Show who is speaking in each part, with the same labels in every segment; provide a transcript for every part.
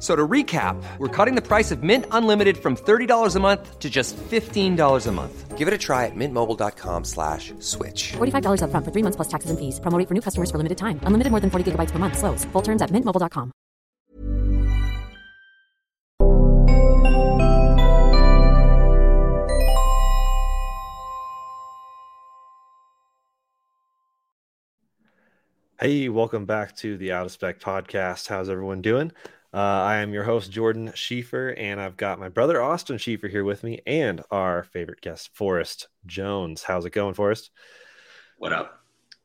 Speaker 1: So to recap, we're cutting the price of Mint Unlimited from $30 a month to just $15 a month. Give it a try at mintmobile.com slash switch.
Speaker 2: $45 upfront for three months plus taxes and fees. Promote for new customers for limited time. Unlimited more than 40 gigabytes per month. Slows. Full terms at mintmobile.com.
Speaker 3: Hey, welcome back to the Out of Spec podcast. How's everyone doing? Uh, I am your host, Jordan Schieffer, and I've got my brother, Austin Schieffer, here with me and our favorite guest, Forrest Jones. How's it going, Forrest?
Speaker 4: What up?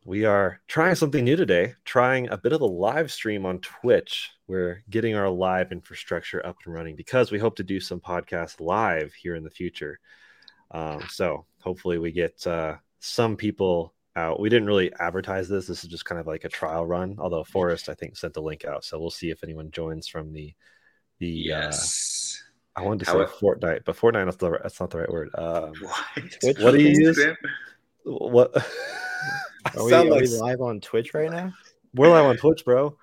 Speaker 3: We are trying something new today, trying a bit of a live stream on Twitch. We're getting our live infrastructure up and running because we hope to do some podcasts live here in the future. Um, so hopefully we get uh, some people out. We didn't really advertise this. This is just kind of like a trial run. Although Forrest, I think, sent the link out, so we'll see if anyone joins from the the.
Speaker 4: Yes.
Speaker 3: Uh, I wanted to
Speaker 4: How
Speaker 3: say
Speaker 4: it-
Speaker 3: Fortnite, but Fortnite that's, the, that's not the right word. Um,
Speaker 4: what?
Speaker 3: what do you use?
Speaker 4: Instagram?
Speaker 3: what? I
Speaker 5: Are we,
Speaker 3: sound
Speaker 5: are
Speaker 3: like
Speaker 5: we live on Twitch right now? I
Speaker 3: we're live on Twitch, bro.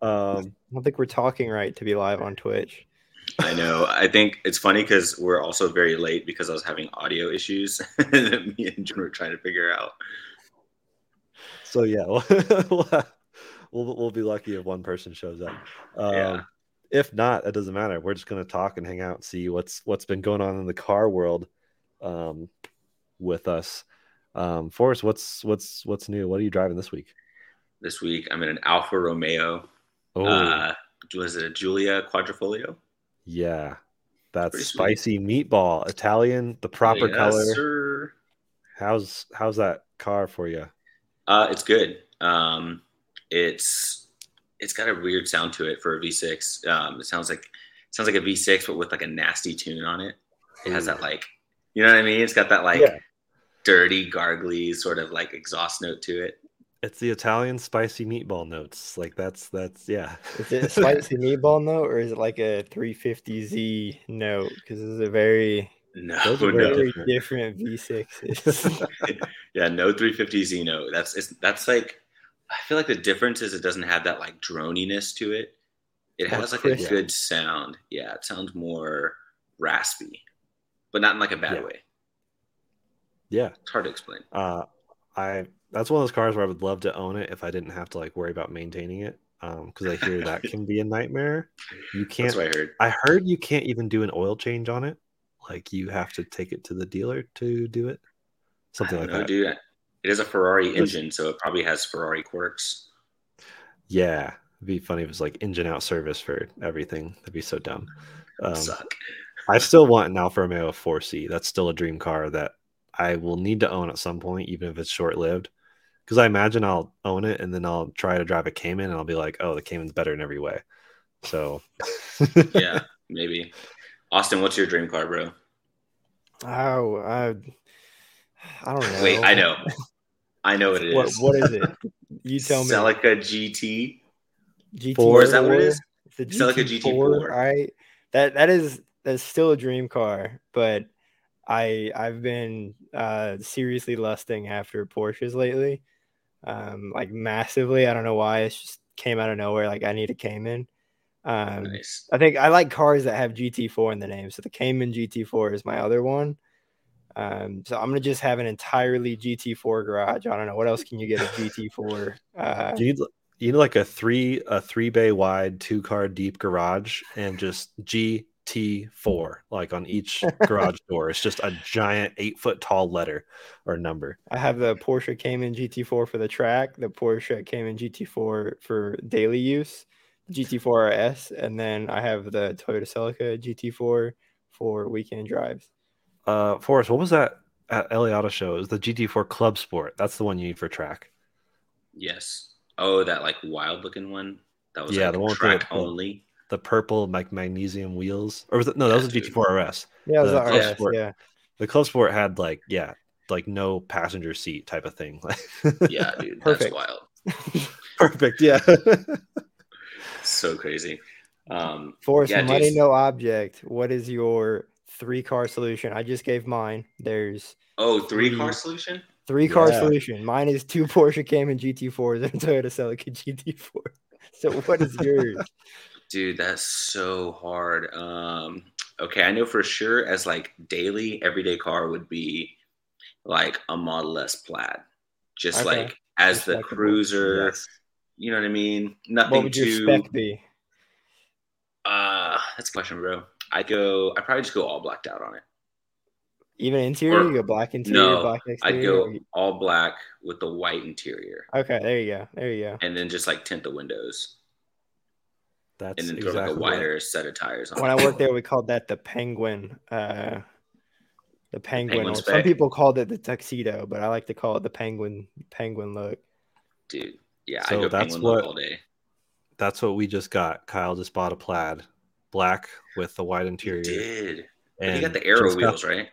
Speaker 3: Um,
Speaker 5: don't think we're talking right to be live on Twitch.
Speaker 4: I know. I think it's funny because we're also very late because I was having audio issues that me and June were trying to figure out.
Speaker 3: so yeah, we'll, we'll we'll be lucky if one person shows up. Um,
Speaker 4: Yeah.
Speaker 3: If not, it doesn't matter. We're just gonna talk and hang out and see what's what's been going on in the car world, um, with us. Um, Forrest, what's what's what's new? What are you driving this week?
Speaker 4: This week, I'm in an Alfa Romeo.
Speaker 3: Oh
Speaker 4: Uh, was it a Giulia Quadrifoglio?
Speaker 3: yeah, that
Speaker 4: pretty sweet.
Speaker 3: spicy meatball, Italian, the proper
Speaker 4: Yes,
Speaker 3: color.
Speaker 4: sir.
Speaker 3: How's how's that car for you?
Speaker 4: Uh, it's good. Um, it's it's got a weird sound to it for a V6. Um, it sounds like it sounds like a V6, but with like a nasty tune on it. It has that like, you know what I mean? It's got that like
Speaker 3: Mm. Yeah.
Speaker 4: dirty, gargly sort of like exhaust note to it.
Speaker 3: It's the Italian spicy meatball notes. Like that's that's yeah.
Speaker 5: Is it a spicy meatball note or is it like a 350Z note? Because this is a very,
Speaker 4: No,
Speaker 3: Those are
Speaker 4: no.
Speaker 3: really-
Speaker 5: very different V6.
Speaker 4: yeah, no 350 Xeno. That's it's, that's like, I feel like the difference is it doesn't have that like droniness to it. It
Speaker 5: More
Speaker 4: has like
Speaker 5: crisp.
Speaker 4: a good sound. Yeah, it sounds more raspy, but not in like a bad
Speaker 3: Yeah.
Speaker 4: way.
Speaker 3: yeah.
Speaker 4: It's hard to explain.
Speaker 3: Uh, I that's one of those cars where I would love to own it if I didn't have to like worry about maintaining it. Um, because I hear that can be a nightmare. You can't.
Speaker 4: That's what I heard.
Speaker 3: I heard you can't even do an oil change on it. Like you have to take it to the dealer to do it. Something
Speaker 4: I
Speaker 3: like
Speaker 4: don't know,
Speaker 3: that.
Speaker 4: dude. It is a Ferrari
Speaker 3: Listen.
Speaker 4: engine, so it probably has Ferrari quirks.
Speaker 3: Yeah, it'd be funny if it was like engine out service for everything. That'd be so dumb. Um,
Speaker 4: Suck.
Speaker 3: I still want an Alfa Romeo 4C. That's still a dream car that I will need to own at some point, even if it's short lived. Because I imagine I'll own it and then I'll try to drive a Cayman and I'll be like, oh, the Cayman's better in every way. So,
Speaker 4: Yeah, maybe. Austin, what's your dream car, bro?
Speaker 5: oh, I, I don't know.
Speaker 4: Wait, I know. I know what it is.
Speaker 5: What, what is it? You tell me.
Speaker 4: Celica GT.
Speaker 5: GT4.
Speaker 3: Four, is
Speaker 4: that what it is?
Speaker 5: It's a
Speaker 4: It's like a GT4.
Speaker 5: All right. That that is that's still a dream car, but I I've been uh seriously lusting after Porsches lately. Um like massively. I don't know why. It's just came out of nowhere. Like I need a Cayman. Um,
Speaker 4: Nice.
Speaker 5: I think I like cars that have GT4 in the name. So the Cayman GT4 is my other one. Um, so I'm gonna just have an entirely GT4 garage. I don't know what else can you get a GT4. Uh,
Speaker 3: You need you need like a three a three bay wide, two car deep garage, and just GT four like on each garage door. It's just a giant eight foot tall letter or number.
Speaker 5: I have the Porsche Cayman GT4 for the track, the Porsche Cayman GT4 for daily use, GT4 RS, and then I have the Toyota Celica GT4 for weekend drives.
Speaker 3: Uh, Forrest, what was that at LA Auto Show? It was the GT four Club Sport. That's the one you need for track.
Speaker 4: Yes. Oh, that like wild looking one. That was
Speaker 3: Yeah,
Speaker 4: like
Speaker 3: the one with
Speaker 4: track
Speaker 3: the-
Speaker 4: only.
Speaker 3: The purple like magnesium wheels, or was it? No, that
Speaker 4: Yeah,
Speaker 3: was a
Speaker 4: dude.
Speaker 3: GT four RS.
Speaker 5: Yeah, it was
Speaker 3: The
Speaker 5: the
Speaker 3: Club
Speaker 5: RS,
Speaker 3: Sport.
Speaker 5: yeah.
Speaker 3: The Club Sport had like yeah, like no passenger seat type of thing.
Speaker 4: Yeah, dude, that's
Speaker 5: Perfect.
Speaker 4: wild.
Speaker 3: perfect. Yeah.
Speaker 4: So crazy. Um,
Speaker 5: Forrest,
Speaker 4: Yeah,
Speaker 5: money,
Speaker 4: dude.
Speaker 5: no object. What is your three car solution? I just gave mine. There's
Speaker 4: oh, three car
Speaker 5: Three.
Speaker 4: solution.
Speaker 5: three car
Speaker 3: Yeah.
Speaker 5: solution. Mine is two Porsche Cayman GT4s and a Toyota Celica GT4. So what is yours?
Speaker 4: Dude, that's so hard. Um, okay, I know for sure as like daily, everyday car would be like a Model S plaid, just
Speaker 5: Okay.
Speaker 4: like as
Speaker 5: Just
Speaker 4: the
Speaker 5: like the-
Speaker 4: cruiser.
Speaker 3: Yes.
Speaker 4: You know what I mean?
Speaker 5: what
Speaker 4: Nothing
Speaker 5: would
Speaker 4: too.
Speaker 5: your spec be?
Speaker 4: uh, that's a question, bro. I go. I probably just go all blacked out on it.
Speaker 5: Even interior,
Speaker 4: Or-
Speaker 5: you go black interior,
Speaker 4: no,
Speaker 5: black
Speaker 4: I
Speaker 5: exterior. or
Speaker 4: go
Speaker 5: you-
Speaker 4: all black with the white interior,
Speaker 5: Okay, there you go. There you go.
Speaker 4: and then just like tint the windows,
Speaker 3: That's
Speaker 4: and then throw
Speaker 3: exactly
Speaker 4: like a
Speaker 3: what-
Speaker 4: wider set of tires on.
Speaker 5: When I
Speaker 4: it.
Speaker 5: worked there, we called that the penguin. Uh, the penguin.
Speaker 4: penguin
Speaker 5: or
Speaker 4: spec.
Speaker 5: Some people called it the tuxedo, but I like to call it the penguin penguin look.
Speaker 4: dude, yeah,
Speaker 3: So
Speaker 4: I go
Speaker 3: that's
Speaker 4: penguin look
Speaker 3: what-
Speaker 4: all day.
Speaker 3: That's what we just got. Kyle just bought a plaid, black with the white interior.
Speaker 4: Dude, but
Speaker 3: and
Speaker 4: you got the arrow
Speaker 3: just got
Speaker 4: wheels, right?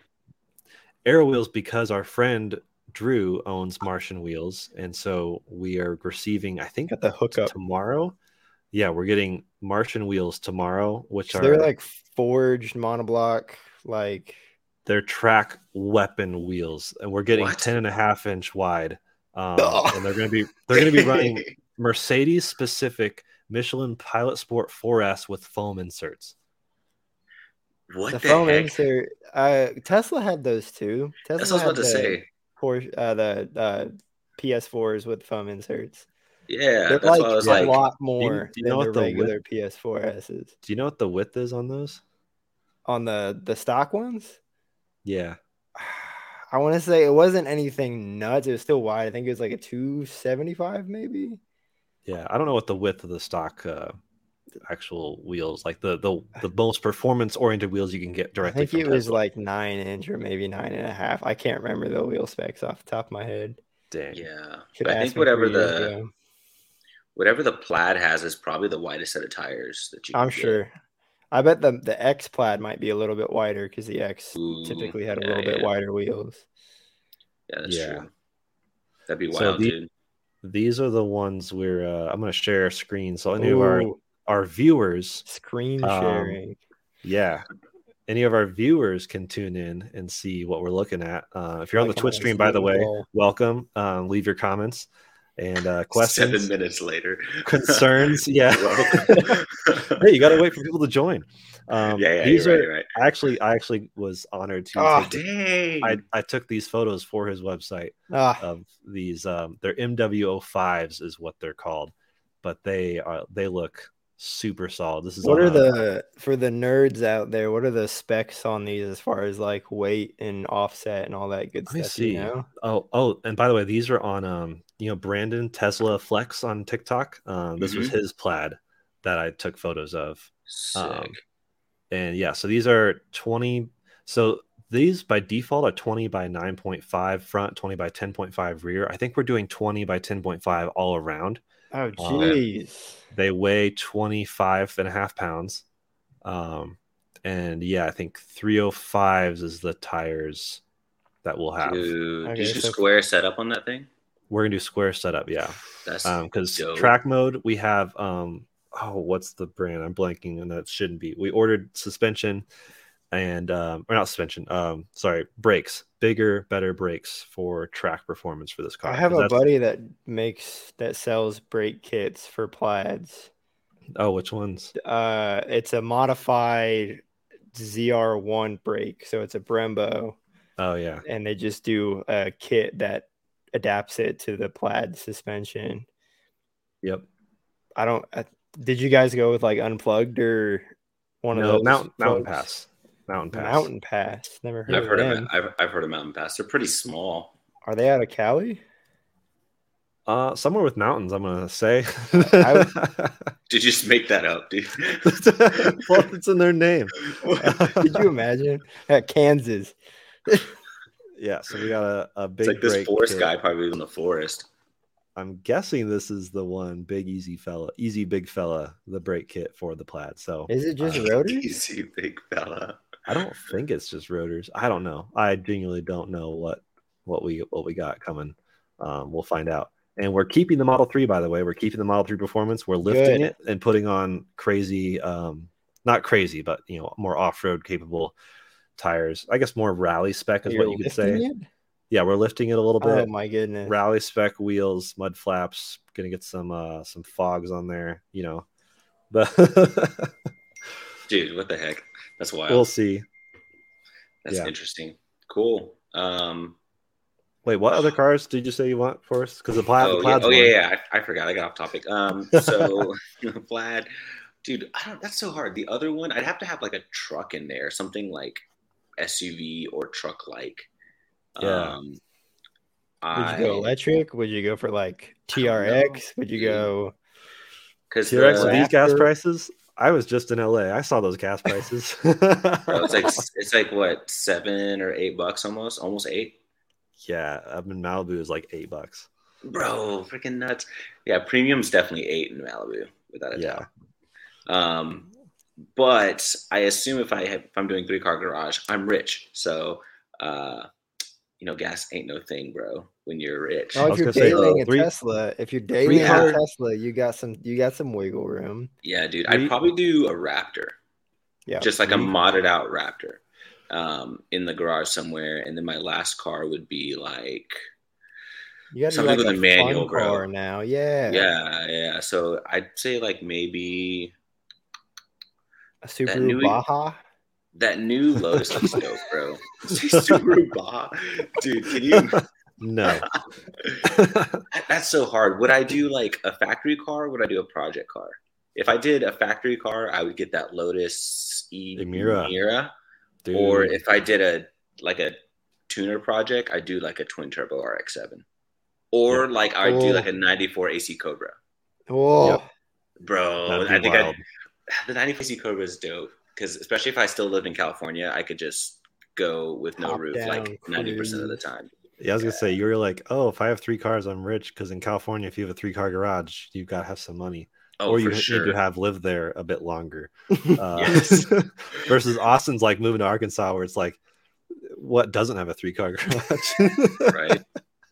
Speaker 3: Arrow wheels because our friend Drew owns Martian Wheels, and so we are receiving. I think
Speaker 5: Got the hookup.
Speaker 3: tomorrow. Yeah, we're getting Martian Wheels tomorrow, which
Speaker 5: So
Speaker 3: are
Speaker 5: they're like forged monoblock, like
Speaker 3: their track weapon wheels, and we're getting
Speaker 4: What?
Speaker 3: ten and a half inch wide. Um,
Speaker 5: Ugh.
Speaker 3: and they're going to be they're going to be running Mercedes specific Michelin Pilot Sport 4S with foam inserts.
Speaker 4: What
Speaker 5: the
Speaker 4: the,
Speaker 5: foam
Speaker 4: heck?
Speaker 5: insert. Uh, Tesla had those too. Tesla
Speaker 4: That's what I
Speaker 5: had
Speaker 4: was about to
Speaker 5: the
Speaker 4: say.
Speaker 5: Porsche, uh, the uh, PS4s with foam inserts.
Speaker 4: Yeah,
Speaker 5: They're
Speaker 4: that's
Speaker 5: like
Speaker 4: why I was
Speaker 5: a
Speaker 4: like,
Speaker 5: lot
Speaker 3: you-
Speaker 5: more
Speaker 3: do you
Speaker 5: than
Speaker 3: know
Speaker 5: the
Speaker 3: what the width-
Speaker 5: regular PS4s
Speaker 3: Do you know what the width is on those?
Speaker 5: on the the stock ones.
Speaker 3: Yeah,
Speaker 5: I want to say it wasn't anything nuts. It was still wide. I think it was like a 275, maybe.
Speaker 3: yeah. I don't know what the width of the stock uh, actual wheels, like the the the most performance oriented wheels you can get
Speaker 5: I
Speaker 3: directly.
Speaker 5: think
Speaker 3: from
Speaker 5: it was
Speaker 3: Tesla.
Speaker 5: like nine inch or maybe nine and a half. I can't remember the wheel specs off the top of my head.
Speaker 3: dang.
Speaker 4: yeah.
Speaker 5: Should
Speaker 4: But I
Speaker 5: ask
Speaker 4: think
Speaker 5: me
Speaker 4: whatever
Speaker 5: three years
Speaker 4: the
Speaker 5: ago.
Speaker 4: whatever the plaid has is probably the widest set of tires that you.
Speaker 5: I'm
Speaker 4: can get.
Speaker 5: sure. I bet the the X plaid might be a little bit wider because the X
Speaker 4: Ooh,
Speaker 5: typically had a
Speaker 4: yeah,
Speaker 5: little bit
Speaker 4: yeah.
Speaker 5: wider wheels.
Speaker 4: Yeah, that's
Speaker 3: Yeah.
Speaker 4: true. That'd be
Speaker 3: So
Speaker 4: wild,
Speaker 3: the-
Speaker 4: dude.
Speaker 3: These are the ones where uh, I'm going to share a screen so any of our
Speaker 5: Ooh,
Speaker 3: our viewers,
Speaker 5: screen
Speaker 3: um,
Speaker 5: sharing.
Speaker 3: yeah, any of our viewers can tune in and see what we're looking at. Uh, if you're on the
Speaker 5: Like,
Speaker 3: Twitch
Speaker 5: nice
Speaker 3: stream, by the
Speaker 5: little
Speaker 3: way,
Speaker 5: ball.
Speaker 3: welcome. Um, leave your comments and uh, questions.
Speaker 4: Seven minutes later.
Speaker 3: concerns. Yeah.
Speaker 4: Whoa.
Speaker 3: hey, you gotta wait for people to join. Um,
Speaker 4: yeah, yeah,
Speaker 3: these
Speaker 4: you're
Speaker 3: are
Speaker 4: right, you're right.
Speaker 3: I actually. I actually was honored to.
Speaker 5: Ah,
Speaker 3: take the-
Speaker 4: Dang.
Speaker 3: I, I took these photos for his website
Speaker 5: Ah,
Speaker 3: of these. Um, they're MW05s is what they're called, but they are they look super solid. This is
Speaker 5: What
Speaker 3: on
Speaker 5: are
Speaker 3: a-
Speaker 5: the for the nerds out there? What are the specs on these as far as like weight and offset and all that good
Speaker 3: Let me
Speaker 5: stuff?
Speaker 3: see.
Speaker 5: You know?
Speaker 3: oh oh and by the way these are on um you know Brandon Tesla Flex on TikTok. Um, this was his plaid that I took photos of.
Speaker 4: Sick.
Speaker 3: Um, and yeah, so these are 20. So these by default are 20 by 9.5 front, 20 by 10.5 rear. I think we're doing 20 by 10.5 all around.
Speaker 5: Oh
Speaker 3: Um,
Speaker 5: jeez.
Speaker 3: They weigh 25 and a half pounds. Um, and yeah, I think 305s is the tires that we'll have.
Speaker 4: Dude,
Speaker 5: Okay,
Speaker 4: did you do
Speaker 5: so-
Speaker 4: square setup on that thing?
Speaker 3: We're gonna do square setup, yeah.
Speaker 4: That's
Speaker 3: Um, because
Speaker 4: dope.
Speaker 3: track mode, we have um, oh, what's the brand? I'm blanking, and that shouldn't be. We ordered suspension and um, or not suspension. Um, sorry, brakes bigger, better brakes for track performance for this car.
Speaker 5: I have
Speaker 3: 'Cause
Speaker 5: a
Speaker 3: that's-
Speaker 5: buddy that makes that sells brake kits for plaids.
Speaker 3: Oh, which ones?
Speaker 5: Uh, it's a modified ZR1 brake, so it's a Brembo,
Speaker 3: Oh yeah,
Speaker 5: and they just do a kit that adapts it to the plaid suspension.
Speaker 3: yep.
Speaker 5: I don't. I, did you guys go with like unplugged or one of
Speaker 3: no,
Speaker 5: those
Speaker 3: mountain mountain
Speaker 5: plugs?
Speaker 3: pass, mountain pass.
Speaker 5: Mountain Pass. Never heard
Speaker 4: I've
Speaker 5: of
Speaker 4: heard of
Speaker 5: them.
Speaker 4: it. I've, I've heard of Mountain Pass. They're pretty small.
Speaker 5: Are they out of Cali?
Speaker 3: Uh, somewhere with mountains. I'm gonna say.
Speaker 4: Did you just make that up, dude?
Speaker 3: well, it's in their name.
Speaker 5: Could you imagine at Kansas?
Speaker 3: Yeah, so we got a, a big
Speaker 4: it's like this
Speaker 3: break
Speaker 4: forest
Speaker 3: to-
Speaker 4: guy probably lives in the forest.
Speaker 3: I'm guessing this is the one big easy fella, easy big fella, the brake kit for the plaid. So
Speaker 5: Is it just
Speaker 3: Uh,
Speaker 5: rotors?
Speaker 4: Easy, big fella.
Speaker 3: I don't think it's just rotors. I don't know. I genuinely don't know what what we what we got coming. Um, we'll find out. And we're keeping the Model Three, by the way. We're keeping the Model Three performance. We're lifting
Speaker 5: Good.
Speaker 3: it and putting on crazy, um, not crazy, but you know, more off road capable tires. I guess more rally spec is
Speaker 5: You're
Speaker 3: what you could say.
Speaker 5: lifting it?
Speaker 3: Yeah, we're lifting it a little bit
Speaker 5: Oh my goodness!
Speaker 3: rally spec wheels, mud flaps. Gonna get some uh some fogs on there. You know, the
Speaker 4: Dude, what the heck? That's wild.
Speaker 3: we'll see.
Speaker 4: That's
Speaker 3: yeah.
Speaker 4: interesting. Cool. Um,
Speaker 3: Wait, what other cars did you say you want for us? Because the plaid,
Speaker 4: oh,
Speaker 3: the
Speaker 4: yeah,
Speaker 3: plaid's
Speaker 4: oh yeah,
Speaker 3: one.
Speaker 4: yeah. I, I forgot. I got off topic. Um, so Vlad, dude, I don't. That's so hard. The other one, I'd have to have like a truck in there, something like SUV or truck like.
Speaker 3: Yeah.
Speaker 4: Um,
Speaker 5: Would
Speaker 4: I
Speaker 5: you go electric? Would you go for like
Speaker 4: I don't know,
Speaker 5: TRX? Would you
Speaker 4: dude.
Speaker 5: go?
Speaker 4: because
Speaker 3: T-Rex
Speaker 5: the
Speaker 3: with these gas
Speaker 5: Raptor.
Speaker 3: prices. I was just in LA. I saw those gas prices.
Speaker 4: oh, it's like it's like what seven or eight bucks almost, almost eight.
Speaker 3: yeah, up in Malibu is like eight bucks.
Speaker 4: Bro, freaking nuts. Yeah, premium's definitely eight in Malibu, without a
Speaker 3: Yeah.
Speaker 4: doubt. Um, but I assume if I have, if I'm doing three car garage, I'm rich. So, uh, you know, gas ain't no thing, bro. When you're rich,
Speaker 5: Oh,
Speaker 3: was
Speaker 5: if
Speaker 3: gonna
Speaker 5: you're
Speaker 3: say,
Speaker 5: dating
Speaker 3: uh,
Speaker 5: a
Speaker 3: three-
Speaker 5: Tesla, if you're dating a
Speaker 4: car-
Speaker 5: Tesla, you got some you got some wiggle room.
Speaker 4: yeah, dude,
Speaker 3: we-
Speaker 4: I'd probably do a Raptor,
Speaker 5: Yeah,
Speaker 4: just like a
Speaker 3: we-
Speaker 4: modded out Raptor, um, in the garage somewhere. And then my last car would be like,
Speaker 5: you got to
Speaker 4: something
Speaker 5: like
Speaker 4: with a
Speaker 5: fun
Speaker 4: manual, bro.
Speaker 5: car now. Yeah,
Speaker 4: yeah, yeah. So I'd say like maybe
Speaker 5: a Subaru
Speaker 4: new- e-
Speaker 5: Baja.
Speaker 4: that new Lotus looks dope, bro. Subaru Baja, dude. Can you?
Speaker 3: No,
Speaker 4: That- That's so hard. Would I do like a factory car? Or would I do a project car? If I did a factory car, I would get that Lotus E
Speaker 3: Emira.
Speaker 4: Mira.
Speaker 3: dude.
Speaker 4: Or if I did a like a tuner project, I do like a twin turbo RX-7. Or like I would
Speaker 5: Oh.
Speaker 4: do like a 94 AC Cobra.
Speaker 5: Whoa,
Speaker 3: Yep.
Speaker 4: Bro,
Speaker 3: That'd be
Speaker 4: oh, I think
Speaker 3: wild.
Speaker 4: I'd, the 94 AC Cobra is dope because especially if I still lived in California, I could just go with no
Speaker 5: Top
Speaker 4: roof
Speaker 5: down
Speaker 4: like 90% of the
Speaker 5: cruise.
Speaker 4: time.
Speaker 3: yeah, I was gonna say you were like, oh, if I have three cars, I'm rich. Because in California, if you have a three car garage, you've got to have some money.
Speaker 4: Oh,
Speaker 3: or you
Speaker 4: for
Speaker 3: ha-
Speaker 4: sure.
Speaker 3: need to have lived there a bit longer. Uh,
Speaker 4: Yes.
Speaker 3: versus Austin's like moving to Arkansas, where it's like, what doesn't have a three car garage?
Speaker 4: right?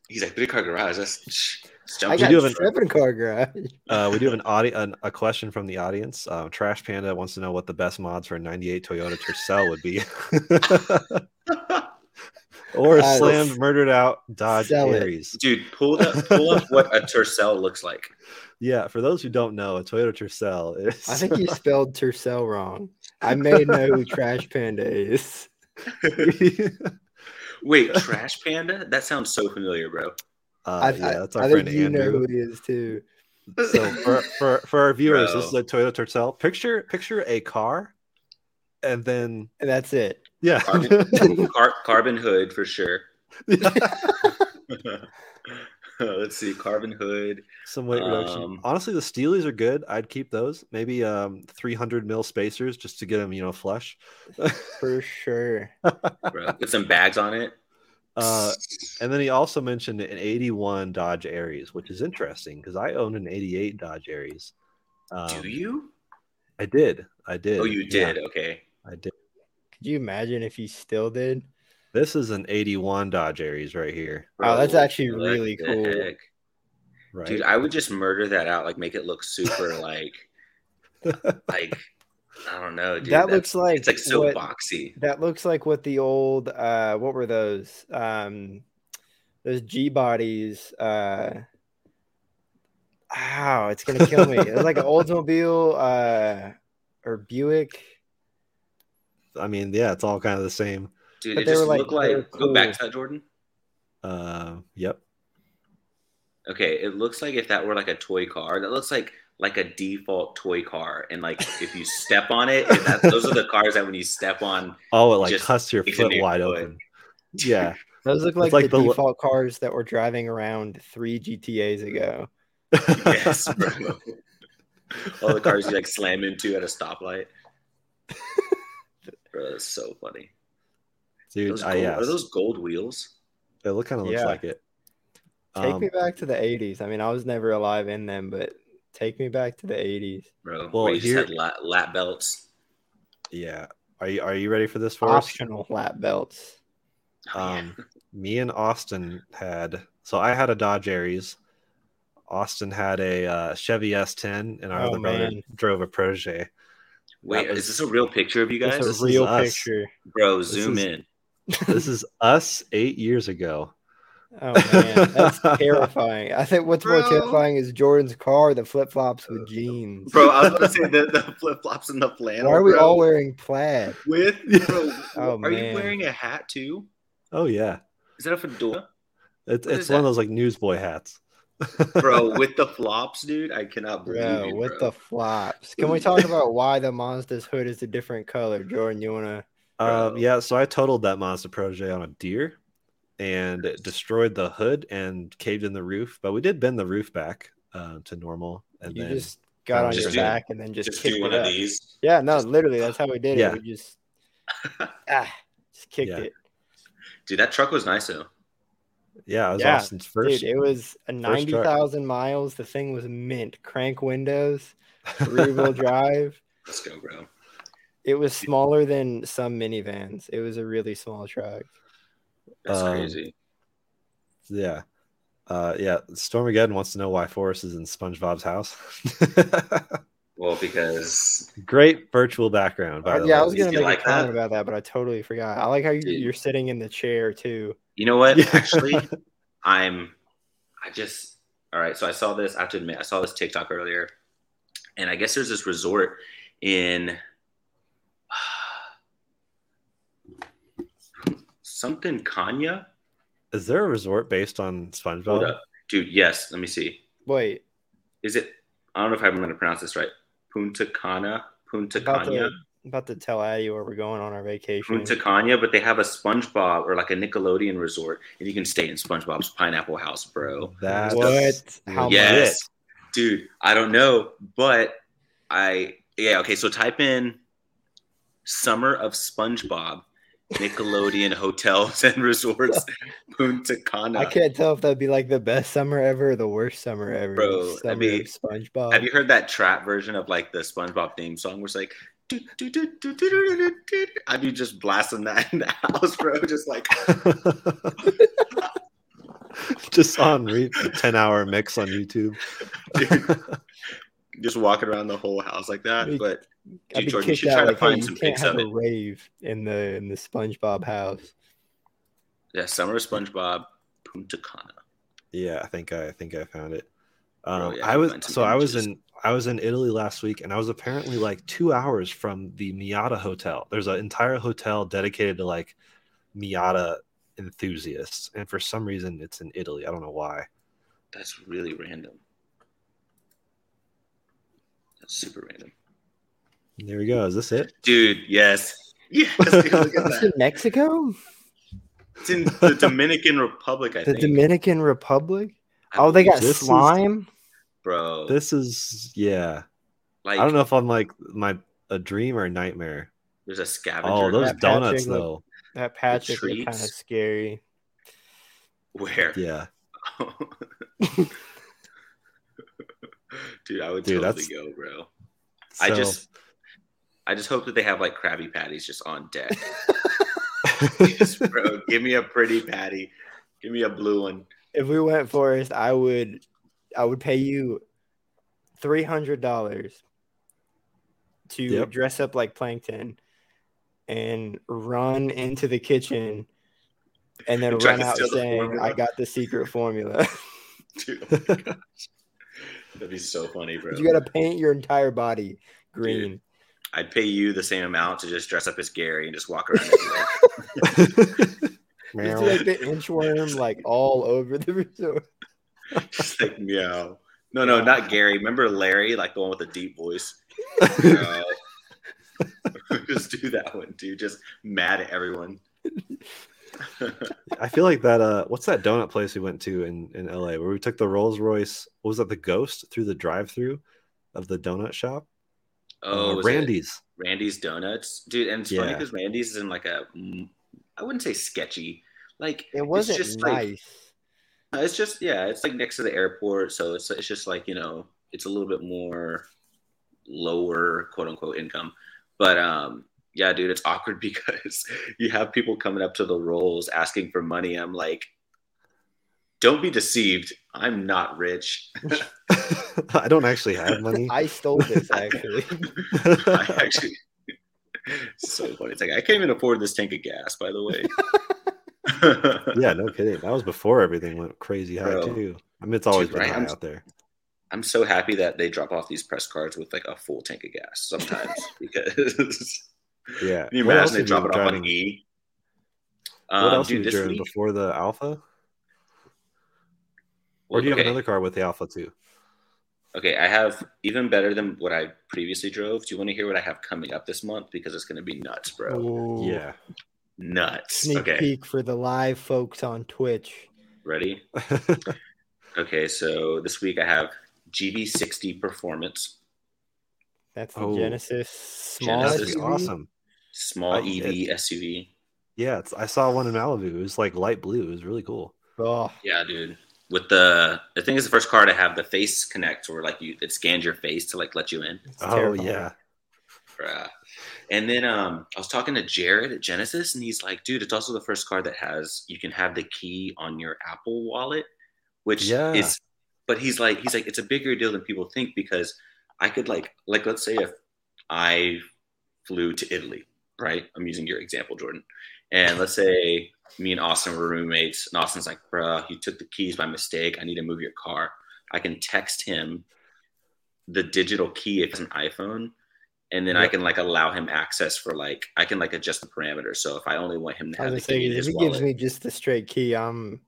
Speaker 4: He's like three car garage. That's it's
Speaker 5: I
Speaker 4: jump
Speaker 5: got
Speaker 3: do
Speaker 5: a
Speaker 3: have an-
Speaker 5: seven car garage.
Speaker 3: uh, we do have an audio, an, a question from the audience. Uh, Trash Panda wants to know what the best mods for a '98 Toyota Tercel would be, or a
Speaker 5: Nice.
Speaker 3: slammed, murdered out Dodge
Speaker 5: Sell it.
Speaker 3: Aries.
Speaker 4: Dude, pull up pull up what a tercel looks like.
Speaker 3: Yeah, for those who don't know, a Toyota Tercel is.
Speaker 5: I think you spelled Tercel wrong. I may know who Trash Panda is.
Speaker 4: Wait, trash panda? That sounds so familiar, bro.
Speaker 3: uh, yeah, that's our friend
Speaker 5: think you
Speaker 3: Andrew.
Speaker 5: know who he is too.
Speaker 3: So for, for, for our viewers, this
Speaker 4: Bro.
Speaker 3: is a Toyota Tercel. Picture picture a car, and then
Speaker 5: And that's it.
Speaker 3: yeah,
Speaker 4: Carbon, car, carbon hood for sure. Let's see, carbon hood.
Speaker 3: some weight reduction.
Speaker 4: Um,
Speaker 3: Honestly, the Steelies are good. I'd keep those. Maybe um 300 mil spacers just to get them, you know, flush.
Speaker 5: For sure.
Speaker 4: Bro. Put some bags on it.
Speaker 3: Uh, and then he also mentioned an 81 Dodge Aries, which is interesting because I owned an 88 Dodge Aries. Um,
Speaker 4: Do you?
Speaker 3: I did. I did.
Speaker 4: Oh, you
Speaker 3: Yeah,
Speaker 4: did. Okay.
Speaker 3: I did.
Speaker 5: Could you imagine if he still did?
Speaker 3: This is an 81 Dodge Aries right here.
Speaker 5: Wow, Oh, that's
Speaker 4: Bro,
Speaker 5: actually
Speaker 4: what
Speaker 5: really
Speaker 4: the
Speaker 5: cool.
Speaker 4: heck?
Speaker 3: Right.
Speaker 4: Dude, I would just murder that out, like make it look super like like I don't know, dude.
Speaker 5: That
Speaker 4: That's-
Speaker 5: looks like
Speaker 4: it's like so
Speaker 5: what-
Speaker 4: boxy.
Speaker 5: That looks like what the old uh what were those? Um those G bodies uh Ow, it's gonna kill me. It's like an Oldsmobile uh or Buick.
Speaker 3: I mean, yeah, it's all kind of the same.
Speaker 4: Dude,
Speaker 5: but
Speaker 4: it
Speaker 5: they
Speaker 4: just
Speaker 5: were, like,
Speaker 4: looked
Speaker 5: they
Speaker 4: like
Speaker 5: were
Speaker 4: go back
Speaker 5: cool.
Speaker 4: to that, Jordan.
Speaker 3: Uh, yep.
Speaker 4: Okay, it looks like if that were like a toy car, that looks like like a default toy car. And like if you step on it, if that, those are the cars that when you step on,
Speaker 3: Oh, it like
Speaker 4: Just
Speaker 3: cuts your
Speaker 4: makes
Speaker 3: foot
Speaker 4: it
Speaker 3: wide
Speaker 4: weird.
Speaker 3: open. Yeah.
Speaker 5: Those look
Speaker 3: It's
Speaker 5: like,
Speaker 3: like the
Speaker 5: the,
Speaker 3: lo-
Speaker 5: default cars that were driving around three GTAs ago.
Speaker 4: yes, bro. all the cars you like slam into at a stoplight. bro, that's so funny.
Speaker 3: Dude,
Speaker 4: Those
Speaker 3: I,
Speaker 5: uh,
Speaker 4: gold-
Speaker 3: yeah,
Speaker 4: Are those gold wheels?
Speaker 3: it look kind of looks
Speaker 5: Yeah.
Speaker 3: like it.
Speaker 5: Take
Speaker 3: Um,
Speaker 5: me back to the eighties. I mean, I was never alive in them, but take me back to the eighties.
Speaker 4: Bro,
Speaker 3: Well,
Speaker 4: where you
Speaker 3: here-
Speaker 4: just had lap, lap belts.
Speaker 3: Yeah. Are you are you ready for this, Forrest?
Speaker 5: Optional lap belts.
Speaker 4: Oh, yeah.
Speaker 3: Um, me and Austin had so I had a Dodge Aries. Austin had a uh, Chevy S10, and our
Speaker 5: Oh,
Speaker 3: other brother
Speaker 5: man.
Speaker 3: drove a Protege.
Speaker 4: Wait,
Speaker 3: was-
Speaker 4: is this a real picture of you
Speaker 5: That's
Speaker 4: guys?
Speaker 3: this is
Speaker 5: a real
Speaker 3: us.
Speaker 5: picture.
Speaker 4: Bro,
Speaker 3: this
Speaker 4: zoom
Speaker 3: is-
Speaker 4: in.
Speaker 3: This is us eight years ago.
Speaker 5: Oh man, that's terrifying. I think what's more
Speaker 4: Bro.
Speaker 5: terrifying is Jordan's car, the flip flops with jeans.
Speaker 4: Bro, I was about to say the, the flip flops and the flannel.
Speaker 5: Why are we
Speaker 4: bro.
Speaker 5: all wearing plaid?
Speaker 4: with? Bro,
Speaker 5: Oh,
Speaker 4: are
Speaker 5: man.
Speaker 4: you wearing a hat too?
Speaker 3: Oh yeah,
Speaker 4: Is that a fedora?
Speaker 3: it's
Speaker 4: What
Speaker 3: it's
Speaker 4: is
Speaker 3: one of
Speaker 4: that?
Speaker 3: those like newsboy hats.
Speaker 4: Bro, with the flops, dude, I cannot believe
Speaker 5: Bro,
Speaker 4: you, bro.
Speaker 5: with the flops. Can we talk about why the Mazda's hood is a different color, Jordan? You wanna?
Speaker 3: Um,
Speaker 4: Bro.
Speaker 3: yeah, so I totaled that Mazda Protege on a deer, and it destroyed the hood and caved in the roof. But we did bend the roof back uh, to normal, and
Speaker 5: you
Speaker 3: then
Speaker 5: just got on
Speaker 3: Just
Speaker 5: your
Speaker 4: do-
Speaker 5: back and then just,
Speaker 4: just
Speaker 5: kicked
Speaker 4: do one
Speaker 5: it
Speaker 4: of
Speaker 5: up.
Speaker 4: these.
Speaker 5: Yeah, no, literally, that's how we did
Speaker 3: Yeah.
Speaker 5: it. We just ah, just kicked
Speaker 3: Yeah.
Speaker 5: it.
Speaker 4: Dude, that truck was nice though.
Speaker 3: yeah, it was
Speaker 5: Yeah,
Speaker 3: Austin's first.
Speaker 5: Dude, it was a
Speaker 3: truck.
Speaker 5: ninety thousand miles. The thing was mint, crank windows, rear wheel drive.
Speaker 4: Let's go, bro.
Speaker 5: It was smaller than some minivans. It was a really small truck.
Speaker 4: That's
Speaker 3: Um,
Speaker 4: crazy.
Speaker 3: Yeah. Uh, yeah. Stormageddon wants to know why Forrest is in SpongeBob's house.
Speaker 4: Well, because
Speaker 3: Great virtual background, by
Speaker 5: Uh,
Speaker 3: the
Speaker 5: yeah, I
Speaker 3: way.
Speaker 5: was gonna
Speaker 4: Easy
Speaker 5: make
Speaker 4: like
Speaker 5: a
Speaker 4: that.
Speaker 5: comment about that, but I totally forgot. I like how you,
Speaker 4: Dude.
Speaker 5: you're sitting in the chair too.
Speaker 4: you know what?
Speaker 3: Yeah.
Speaker 4: Actually, I'm I just all right, so I saw this, I have to admit, I saw this TikTok earlier, and I guess there's this resort in something Kanya.
Speaker 3: Is there a resort based on SpongeBob?
Speaker 4: Hold up. Dude, yes, let me see.
Speaker 5: Wait,
Speaker 4: Is it I don't know if I'm gonna pronounce this right. Punta Cana, Punta
Speaker 5: About
Speaker 4: Cana.
Speaker 5: to- I'm about to tell Addy where we're going on our vacation.
Speaker 4: Punta Cana, but they have a SpongeBob or like a Nickelodeon resort, and you can stay in SpongeBob's pineapple house, bro.
Speaker 3: That's
Speaker 5: What? How
Speaker 4: Yes, dude. I don't know, but I yeah okay. So type in summer of SpongeBob, Nickelodeon hotels and resorts, Punta Cana.
Speaker 5: I can't tell if that'd be like the best summer ever or the worst summer ever.
Speaker 4: Bro, I
Speaker 5: summer of
Speaker 4: mean,
Speaker 5: SpongeBob.
Speaker 4: Have you heard that trap version of like the SpongeBob theme song? Where it's like, "Do, do, do, do, do, do, do, do, do." I'd be just blasting that in the house, bro. Just like,
Speaker 3: lit. Just on re- a 10 hour mix on YouTube.
Speaker 4: dude, just walking around the whole house like that. But Dude,
Speaker 5: I'd be
Speaker 4: Jordan, you
Speaker 5: kicked
Speaker 4: should
Speaker 5: out,
Speaker 4: try to
Speaker 5: like,
Speaker 4: find
Speaker 5: hey,
Speaker 4: some
Speaker 5: you can't
Speaker 4: pics of
Speaker 5: have a
Speaker 4: it.
Speaker 5: rave in the in the SpongeBob house.
Speaker 4: yeah, summer of SpongeBob, Punta Cana.
Speaker 3: Yeah, I think I, I think I found it. Um,
Speaker 4: yeah,
Speaker 3: I
Speaker 4: you
Speaker 3: was
Speaker 4: find some
Speaker 3: so I was
Speaker 4: images.
Speaker 3: in I was in Italy last week, and I was apparently like two hours from the Miata hotel. There's an entire hotel dedicated to like Miata enthusiasts, and for some reason, it's in Italy. I don't know why.
Speaker 4: That's really random. That's super random.
Speaker 3: There we go. Is this it?
Speaker 4: Dude, yes. Yes, dude, look at
Speaker 5: It's in
Speaker 4: that.
Speaker 5: Mexico,
Speaker 4: It's in the Dominican Republic, I
Speaker 5: the
Speaker 4: think.
Speaker 5: Dominican Republic.
Speaker 4: I
Speaker 5: Oh, they
Speaker 4: believe,
Speaker 5: got
Speaker 3: This is-
Speaker 5: slime.
Speaker 4: bro.
Speaker 3: This is yeah.
Speaker 4: Oh. like,
Speaker 3: I don't know if I'm like my a dream or a nightmare.
Speaker 4: There's a scavenger.
Speaker 3: Oh, those
Speaker 4: hunt
Speaker 5: That Patrick
Speaker 3: donuts
Speaker 5: looked-
Speaker 3: though.
Speaker 5: That patch is kind of
Speaker 4: treats.
Speaker 5: scary.
Speaker 4: Where?
Speaker 3: Yeah,
Speaker 4: Dude, I would
Speaker 3: Dude,
Speaker 4: totally
Speaker 3: that's-
Speaker 4: go, bro. I
Speaker 3: So-
Speaker 4: just, I just hope that they have like Krabby Patties just on deck, Yes, bro. Give me a pretty patty. Give me a blue one.
Speaker 5: If we went forest, I would, I would pay you three hundred dollars to
Speaker 3: Yep.
Speaker 5: dress up like Plankton and run into the kitchen and then
Speaker 4: And try
Speaker 5: run
Speaker 4: to
Speaker 5: out
Speaker 4: steal the
Speaker 5: saying,
Speaker 4: formula.
Speaker 5: "I got the secret formula."
Speaker 4: Dude, oh my gosh. That'd be so funny, bro.
Speaker 5: you got to paint your entire body green.
Speaker 4: I'd pay you the same amount to just dress up as Gary and just walk around. everywhere.
Speaker 5: Just like the inchworm, like all over the resort.
Speaker 4: just like meow. No, no, not Gary. Remember Larry, like the one with the deep voice. Meow. just do that one, dude. Just mad at everyone.
Speaker 3: I feel like that. Uh, what's that donut place we went to in in LA where we took the Rolls Royce? What was that? The Ghost through the drive-through of the donut shop.
Speaker 4: Oh,
Speaker 3: Uh,
Speaker 4: was it
Speaker 3: Randy's.
Speaker 4: Randy's Donuts, dude. And it's funny
Speaker 3: Yeah.
Speaker 4: because Randy's is in like a, mm, I wouldn't say sketchy. Like
Speaker 5: It wasn't
Speaker 4: it's just
Speaker 5: nice.
Speaker 4: Like, Uh, It's just yeah, it's like next to the airport, so it's it's just like you know, it's a little bit more lower quote unquote income. But um, yeah, dude, it's awkward because you have people coming up to the rolls asking for money. I'm like, don't be deceived. I'm not rich.
Speaker 3: I don't actually have money.
Speaker 5: I stole this actually.
Speaker 4: I actually, so funny. It's like I can't even afford this tank of gas. By the way.
Speaker 3: yeah, no kidding. That was before everything went crazy high
Speaker 4: Bro.
Speaker 3: too. I mean, it's always
Speaker 4: Dude,
Speaker 3: been
Speaker 4: right?
Speaker 3: high
Speaker 4: I'm-
Speaker 3: out there.
Speaker 4: I'm so happy that they drop off these press cards with like a full tank of gas sometimes because
Speaker 3: Yeah.
Speaker 4: Can you
Speaker 3: What else
Speaker 4: imagine they
Speaker 3: have
Speaker 4: drop
Speaker 3: been
Speaker 4: it off
Speaker 3: driving-
Speaker 4: on E?
Speaker 3: What
Speaker 4: Um,
Speaker 3: else
Speaker 4: dude,
Speaker 3: have you
Speaker 4: this
Speaker 3: driven
Speaker 4: week,
Speaker 3: before the Alpha? Or do you have
Speaker 4: okay,
Speaker 3: another car with the Alpha too?
Speaker 4: Okay, I have even better than what I previously drove. Do you want to hear what I have coming up this month? Because it's going to be nuts, bro.
Speaker 5: Ooh.
Speaker 3: Yeah.
Speaker 4: Nuts.
Speaker 5: Sneak
Speaker 4: okay,
Speaker 5: peek for the live folks on Twitch.
Speaker 4: ready? Okay, so this week I have GV60 Performance,
Speaker 5: That's the
Speaker 3: Oh.
Speaker 5: Genesis small
Speaker 4: That's
Speaker 3: That'd
Speaker 4: just
Speaker 3: be
Speaker 5: SUV.
Speaker 3: awesome.
Speaker 4: small E
Speaker 3: I-
Speaker 4: EV SUV.
Speaker 3: Yeah, it's, I saw one in Malibu. It was like light blue. It was really cool.
Speaker 5: Oh,
Speaker 4: Yeah, dude. With the the thing is the first car to have the face connect, where like you it scans your face to like let you in.
Speaker 5: it's
Speaker 3: Oh
Speaker 5: terrifying.
Speaker 3: yeah.
Speaker 4: Bruh. And then um, I was talking to Jared at Genesis, and he's like, "Dude, it's also the first car that has you can have the key on your Apple Wallet, which
Speaker 3: Yeah.
Speaker 4: is." But he's like, he's like, it's a bigger deal than people think because I could like, like, let's say if I flew to Italy, right? I'm using your example, Jordan, and let's say me and Austin were roommates, and Austin's like, "Bruh, you took the keys by mistake. I need to move your car." I can text him the digital key if it's an iPhone, and then I
Speaker 3: Yep.
Speaker 4: can like allow him access for like I can like adjust the parameters. So if I only want him to
Speaker 5: I
Speaker 4: have
Speaker 5: was
Speaker 4: the
Speaker 5: gonna say,
Speaker 4: key in
Speaker 5: if
Speaker 4: his
Speaker 5: he
Speaker 4: wallet,
Speaker 5: gives me just the straight key, I'm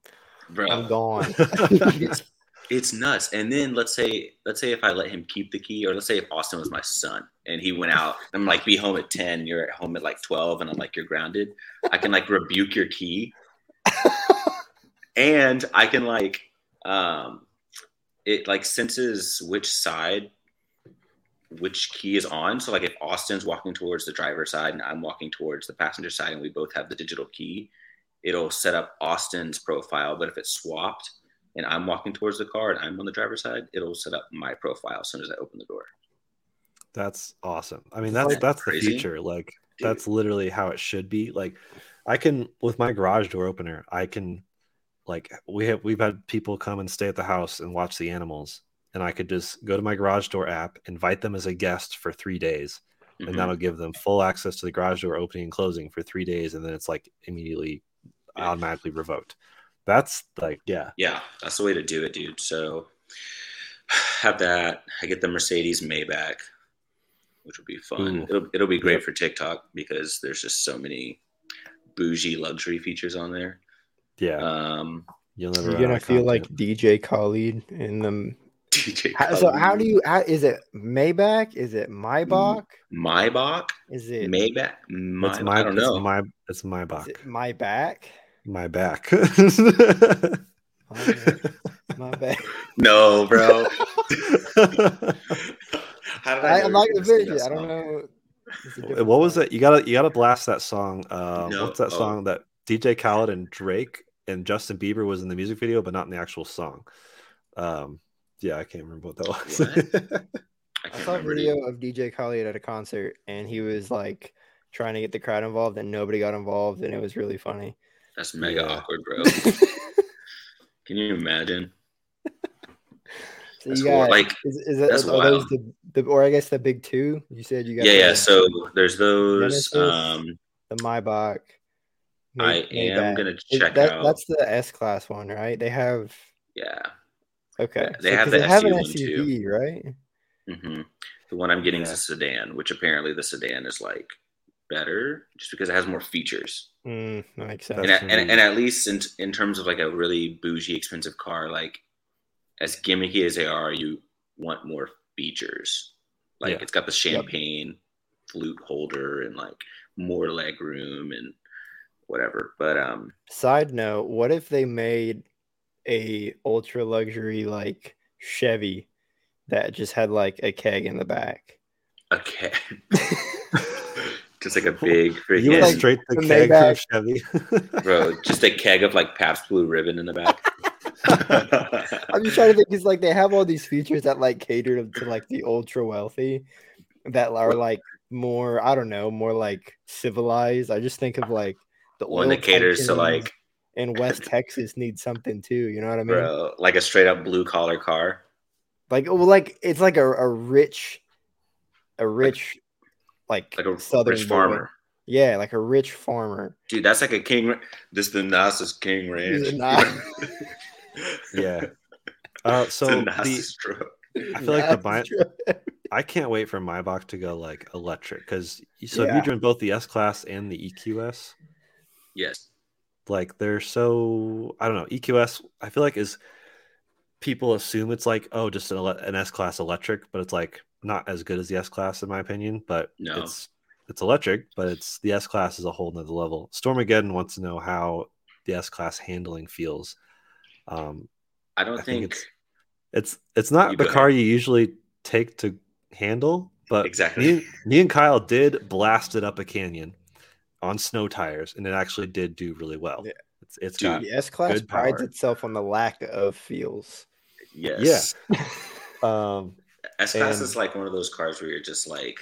Speaker 4: bro,
Speaker 5: I'm gone.
Speaker 4: it's, it's nuts. And then let's say let's say if I let him keep the key, or let's say if Austin was my son and he went out, I'm like be home at ten, and you're at home at like twelve, and I'm like you're grounded. I can like rebuke your key, and I can like um it like senses which side which key is on. So like if Austin's walking towards the driver's side and I'm walking towards the passenger side, and we both have the digital key, it'll set up Austin's profile. But if it's swapped and I'm walking towards the car and I'm on the driver's side, it'll set up my profile as soon as I open the door.
Speaker 3: That's awesome. I mean, that's
Speaker 4: like
Speaker 3: that's the
Speaker 4: crazy.
Speaker 3: future. Like that's literally how it should be. Like I can with my garage door opener, I can like we have we've had people come and stay at the house and watch the animals. And I could just go to my garage door app, invite them as a guest for three days,
Speaker 4: Mhm.
Speaker 3: and that'll give them full access to the garage door opening and closing for three days, and then it's like immediately
Speaker 4: Yeah.
Speaker 3: automatically revoked. That's like, yeah,
Speaker 4: yeah, that's the way to do it, dude. So have that. I get the Mercedes Maybach, which will be fun.
Speaker 3: Ooh.
Speaker 4: It'll it'll be great
Speaker 3: Yep.
Speaker 4: for TikTok because there's just so many bougie luxury features on there.
Speaker 3: yeah.
Speaker 4: Um,
Speaker 3: You'll never.
Speaker 5: You're
Speaker 3: run out
Speaker 5: gonna
Speaker 3: of
Speaker 5: feel like
Speaker 3: content.
Speaker 5: DJ Khalid in the.
Speaker 4: DJ
Speaker 5: How, so how
Speaker 4: Khaled.
Speaker 5: do you? How, is it Maybach? Is it Maybach?
Speaker 4: Maybach?
Speaker 5: Is it is
Speaker 4: Maybach? My,
Speaker 3: it's my,
Speaker 4: I don't know.
Speaker 3: It's my, it's my box.
Speaker 5: it my back?
Speaker 3: my back.
Speaker 5: Oh, yeah. my back.
Speaker 4: no, bro. How did
Speaker 5: I,
Speaker 4: know
Speaker 5: I'm
Speaker 4: you
Speaker 5: not
Speaker 4: were
Speaker 5: gonna
Speaker 4: sing
Speaker 5: finish
Speaker 4: that
Speaker 5: it. I don't
Speaker 4: song?
Speaker 5: know. It's a
Speaker 3: what
Speaker 5: different
Speaker 3: was
Speaker 5: song.
Speaker 3: it? You gotta you gotta blast that song. Uh,
Speaker 4: No.
Speaker 3: What's that
Speaker 4: Oh.
Speaker 3: song that DJ Khaled and Drake and Justin Bieber was in the music video, but not in the actual song? Um, yeah, I can't remember what that was.
Speaker 4: I
Speaker 5: I
Speaker 4: can't
Speaker 5: saw a
Speaker 4: remember. dude.
Speaker 5: video of DJ Khaled at a concert, and he was like trying to get the crowd involved, and nobody got involved, and it was really funny.
Speaker 4: That's mega
Speaker 3: Yeah.
Speaker 4: awkward, bro. Can you imagine?
Speaker 5: It's So
Speaker 4: That's
Speaker 5: you
Speaker 4: cool.
Speaker 5: got
Speaker 4: Like,
Speaker 5: is, is that,
Speaker 4: that's
Speaker 5: are those
Speaker 4: wild.
Speaker 5: the, the or I guess the big two? You said you got
Speaker 4: yeah,
Speaker 5: the,
Speaker 4: yeah. So there's those.
Speaker 5: Genesis,
Speaker 4: Um,
Speaker 5: the Maybach. Ma-
Speaker 4: I am
Speaker 5: Maybach.
Speaker 4: gonna
Speaker 5: Is
Speaker 4: check
Speaker 5: that-
Speaker 4: out.
Speaker 5: That's the S class one, right? They have
Speaker 4: yeah,
Speaker 5: okay.
Speaker 4: They
Speaker 5: so-
Speaker 4: have
Speaker 5: 'cause
Speaker 4: the
Speaker 5: they have an
Speaker 4: SU one, too.
Speaker 5: SUV, right?
Speaker 4: hmm the one I'm getting is
Speaker 3: Yeah.
Speaker 4: a sedan, which apparently the sedan is like better just because it has more features.
Speaker 5: Mm, that makes sense.
Speaker 4: and,
Speaker 3: That's
Speaker 4: at,
Speaker 3: gonna
Speaker 4: and,
Speaker 3: be-
Speaker 4: and at least in, in terms of like a really bougie expensive car like as gimmicky as they are you want more features like
Speaker 3: Yeah.
Speaker 4: it's got the champagne flute holder and like more leg room and whatever but um
Speaker 5: Side note: What if they made a ultra luxury like Chevy that just had like a keg in the back?
Speaker 4: okay just like a big
Speaker 3: You
Speaker 4: freaking
Speaker 3: went straight to
Speaker 5: the
Speaker 3: keg
Speaker 5: Maybach.
Speaker 3: for Chevy.
Speaker 4: bro just a keg of like Pabst Blue Ribbon in the back
Speaker 5: I'm just trying to think because like they have all these features that like cater to like the ultra wealthy that are like more I don't know more like civilized. I just think of like the
Speaker 4: one that
Speaker 5: oil
Speaker 4: caters to
Speaker 5: companies
Speaker 4: like
Speaker 5: in West Texas needs something too. You know what I mean?
Speaker 4: bro like a straight up blue collar car
Speaker 5: Like oh, well, like it's like a, a rich, a rich, like
Speaker 4: like a
Speaker 5: southern
Speaker 4: rich
Speaker 5: boy.
Speaker 4: farmer
Speaker 5: Yeah, like a rich farmer.
Speaker 4: Dude, that's like a king. Ra- This the NASA's King Ranch.
Speaker 5: He's not-
Speaker 3: yeah. Uh, so
Speaker 4: the
Speaker 3: the,
Speaker 4: NASA's truck.
Speaker 3: I feel like the bi-
Speaker 5: That's true.
Speaker 3: I can't wait for my box to go like electric because so if
Speaker 5: Yeah.
Speaker 3: you've driven both the S class and the E EQS,
Speaker 4: Yes.
Speaker 3: like they're so I don't know EQS. I feel like is people assume it's like oh just an, ele- an S class electric, but it's like not as good as the S class in my opinion. But
Speaker 4: No.
Speaker 3: it's it's electric, but it's the S class is a whole nother level. Stormageddon wants to know how the S class handling feels. Um,
Speaker 4: I don't
Speaker 3: I think
Speaker 4: think,
Speaker 3: it's- it's it's not
Speaker 4: You
Speaker 3: the
Speaker 4: bet.
Speaker 3: car you usually take to handle, but
Speaker 4: Exactly.
Speaker 3: Me, me and Kyle did blast it up a canyon on snow tires, and it actually did do really well.
Speaker 5: Yeah.
Speaker 3: It's it's
Speaker 4: Dude,
Speaker 3: got
Speaker 5: The S class
Speaker 3: uh, Good
Speaker 5: prides
Speaker 3: power.
Speaker 5: itself on the lack of feels.
Speaker 4: yes.
Speaker 3: um
Speaker 4: S class
Speaker 3: And-
Speaker 4: is like one of those cars where you're just like,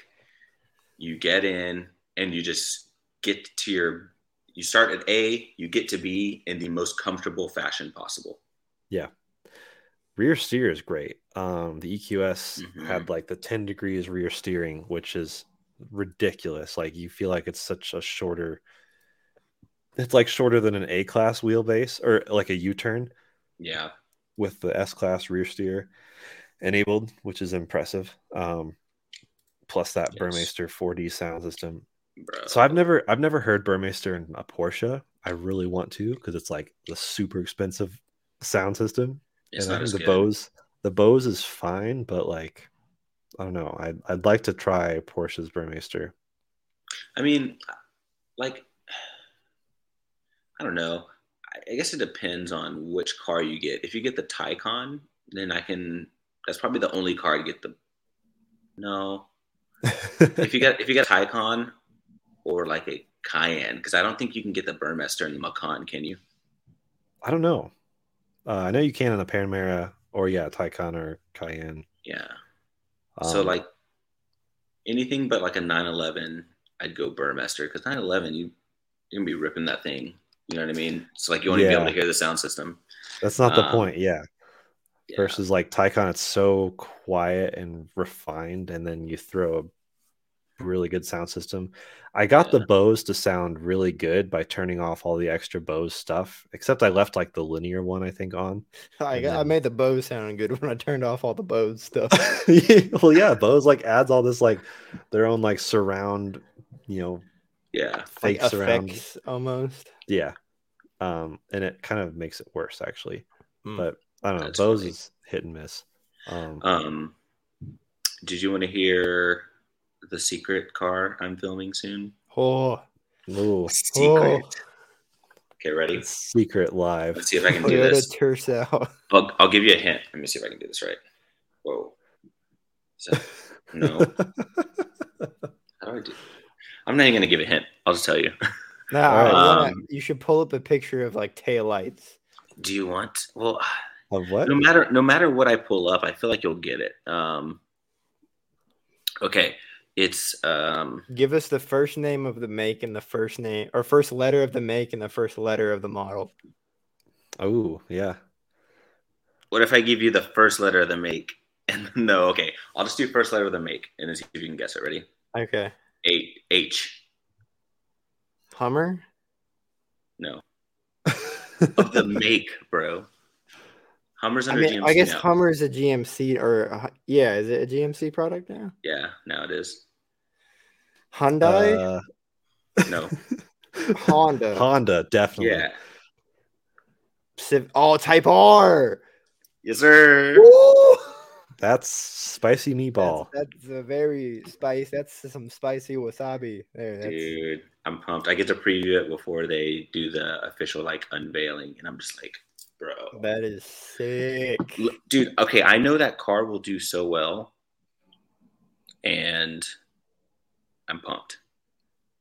Speaker 4: you get in and you just get to your, you start at A, you get to B in the most comfortable fashion possible.
Speaker 3: rear steer is great. Um the EQS
Speaker 4: Mhm.
Speaker 3: had like the 10 degrees rear steering, which is ridiculous. Like you feel like it's such a shorter it's like shorter than an A class wheelbase or like a U-turn.
Speaker 4: Yeah.
Speaker 3: with the S class rear steer enabled, which is impressive. Um, plus that
Speaker 4: Yes.
Speaker 3: Burmeister 4D sound system.
Speaker 4: Bro.
Speaker 3: So I've never I've never heard Burmeister in a Porsche. I really want to because it's like the super expensive sound system.
Speaker 4: it's
Speaker 3: and I
Speaker 4: not
Speaker 3: think
Speaker 4: as
Speaker 3: the
Speaker 4: good.
Speaker 3: Bose the Bose is fine, but like I don't know. I'd I'd like to try Porsche's Burmeister.
Speaker 4: I mean, like, I don't know. I- I guess it depends on which car you get. If you get the Taycan, then I can. That's probably the only car to get the. No, if you got if you got a Taycan or like a Cayenne, because I don't think you can get the Burmester and the Macan, can you?
Speaker 3: I don't know. Uh, I know you can in a Panamera or yeah, Taycan or Cayenne.
Speaker 4: Yeah. so
Speaker 3: Um,
Speaker 4: like anything but like a 911, I'd go Burmester because 911 you you're gonna be ripping that thing. You know what I mean? So like you won't even be
Speaker 3: Yeah.
Speaker 4: able to hear the sound system.
Speaker 3: that's not the
Speaker 4: um,
Speaker 3: point. Yeah.
Speaker 4: Yeah.
Speaker 3: versus like Tycon, it's so quiet and refined, and then you throw a really good sound system. I got
Speaker 4: Yeah.
Speaker 3: the Bose to sound really good by turning off all the extra Bose stuff, except I left like the linear one, I think, on.
Speaker 5: I,
Speaker 3: And
Speaker 5: got, I
Speaker 3: then-
Speaker 5: made the Bose sound good when I turned off all the Bose stuff.
Speaker 3: well, yeah, Bose like adds all this like their own like surround, you know,
Speaker 4: yeah.
Speaker 3: fake
Speaker 5: like
Speaker 3: surround.
Speaker 5: effects almost.
Speaker 3: Yeah. Um, and it kind of makes it worse actually.
Speaker 5: Hmm.
Speaker 3: But I don't know,
Speaker 4: That's
Speaker 3: Bose
Speaker 4: funny.
Speaker 3: is hit and miss. Um,
Speaker 4: Um, did you want to hear the secret car I'm filming soon?
Speaker 5: Oh,
Speaker 3: ooh,
Speaker 4: Secret.
Speaker 5: oh,
Speaker 4: Okay, ready?
Speaker 3: secret live.
Speaker 4: Let's see if I can do
Speaker 5: Toyota
Speaker 4: this.
Speaker 5: Tercel.
Speaker 4: I'll, I'll give you a hint. Let me see if I can do this right. Whoa. Is that- no. How do I do? I'm not even gonna give a hint. I'll just tell you.
Speaker 5: No,
Speaker 3: Alright.
Speaker 4: Um,
Speaker 5: you should pull up a picture of like taillights.
Speaker 4: Do you want? Well,
Speaker 3: Of what?
Speaker 4: no matter no matter what I pull up, I feel like you'll get it. Um, okay, it's um,
Speaker 5: Give us the first name of the make and the first name or first letter of the make and the first letter of the model.
Speaker 3: Oh yeah.
Speaker 4: What if I give you the first letter of the make? And no, okay. I'll just do first letter of the make and then see if you can guess it. Ready?
Speaker 5: Okay.
Speaker 4: Eight H.
Speaker 5: Hummer?
Speaker 4: No. of the make, bro. Hummer's
Speaker 5: I
Speaker 4: under
Speaker 5: mean,
Speaker 4: GMC.
Speaker 5: I guess
Speaker 4: now.
Speaker 5: Hummer is a GMC or a, hu- yeah, is it a GMC product now?
Speaker 4: Yeah, now it is.
Speaker 5: Hyundai,
Speaker 3: Uh,
Speaker 4: No. Uh,
Speaker 5: Honda,
Speaker 3: Honda, definitely.
Speaker 4: yeah.
Speaker 5: Civ- oh Type R.
Speaker 4: Yes, sir.
Speaker 3: Woo! That's spicy meatball.
Speaker 5: That's, that's a very spice. That's some spicy wasabi there. That's,
Speaker 4: Dude, I'm pumped. I get to preview it before they do the official like unveiling, and I'm just like, bro.
Speaker 5: that is sick.
Speaker 4: L- Dude, okay, I know that car will do so well, and I'm pumped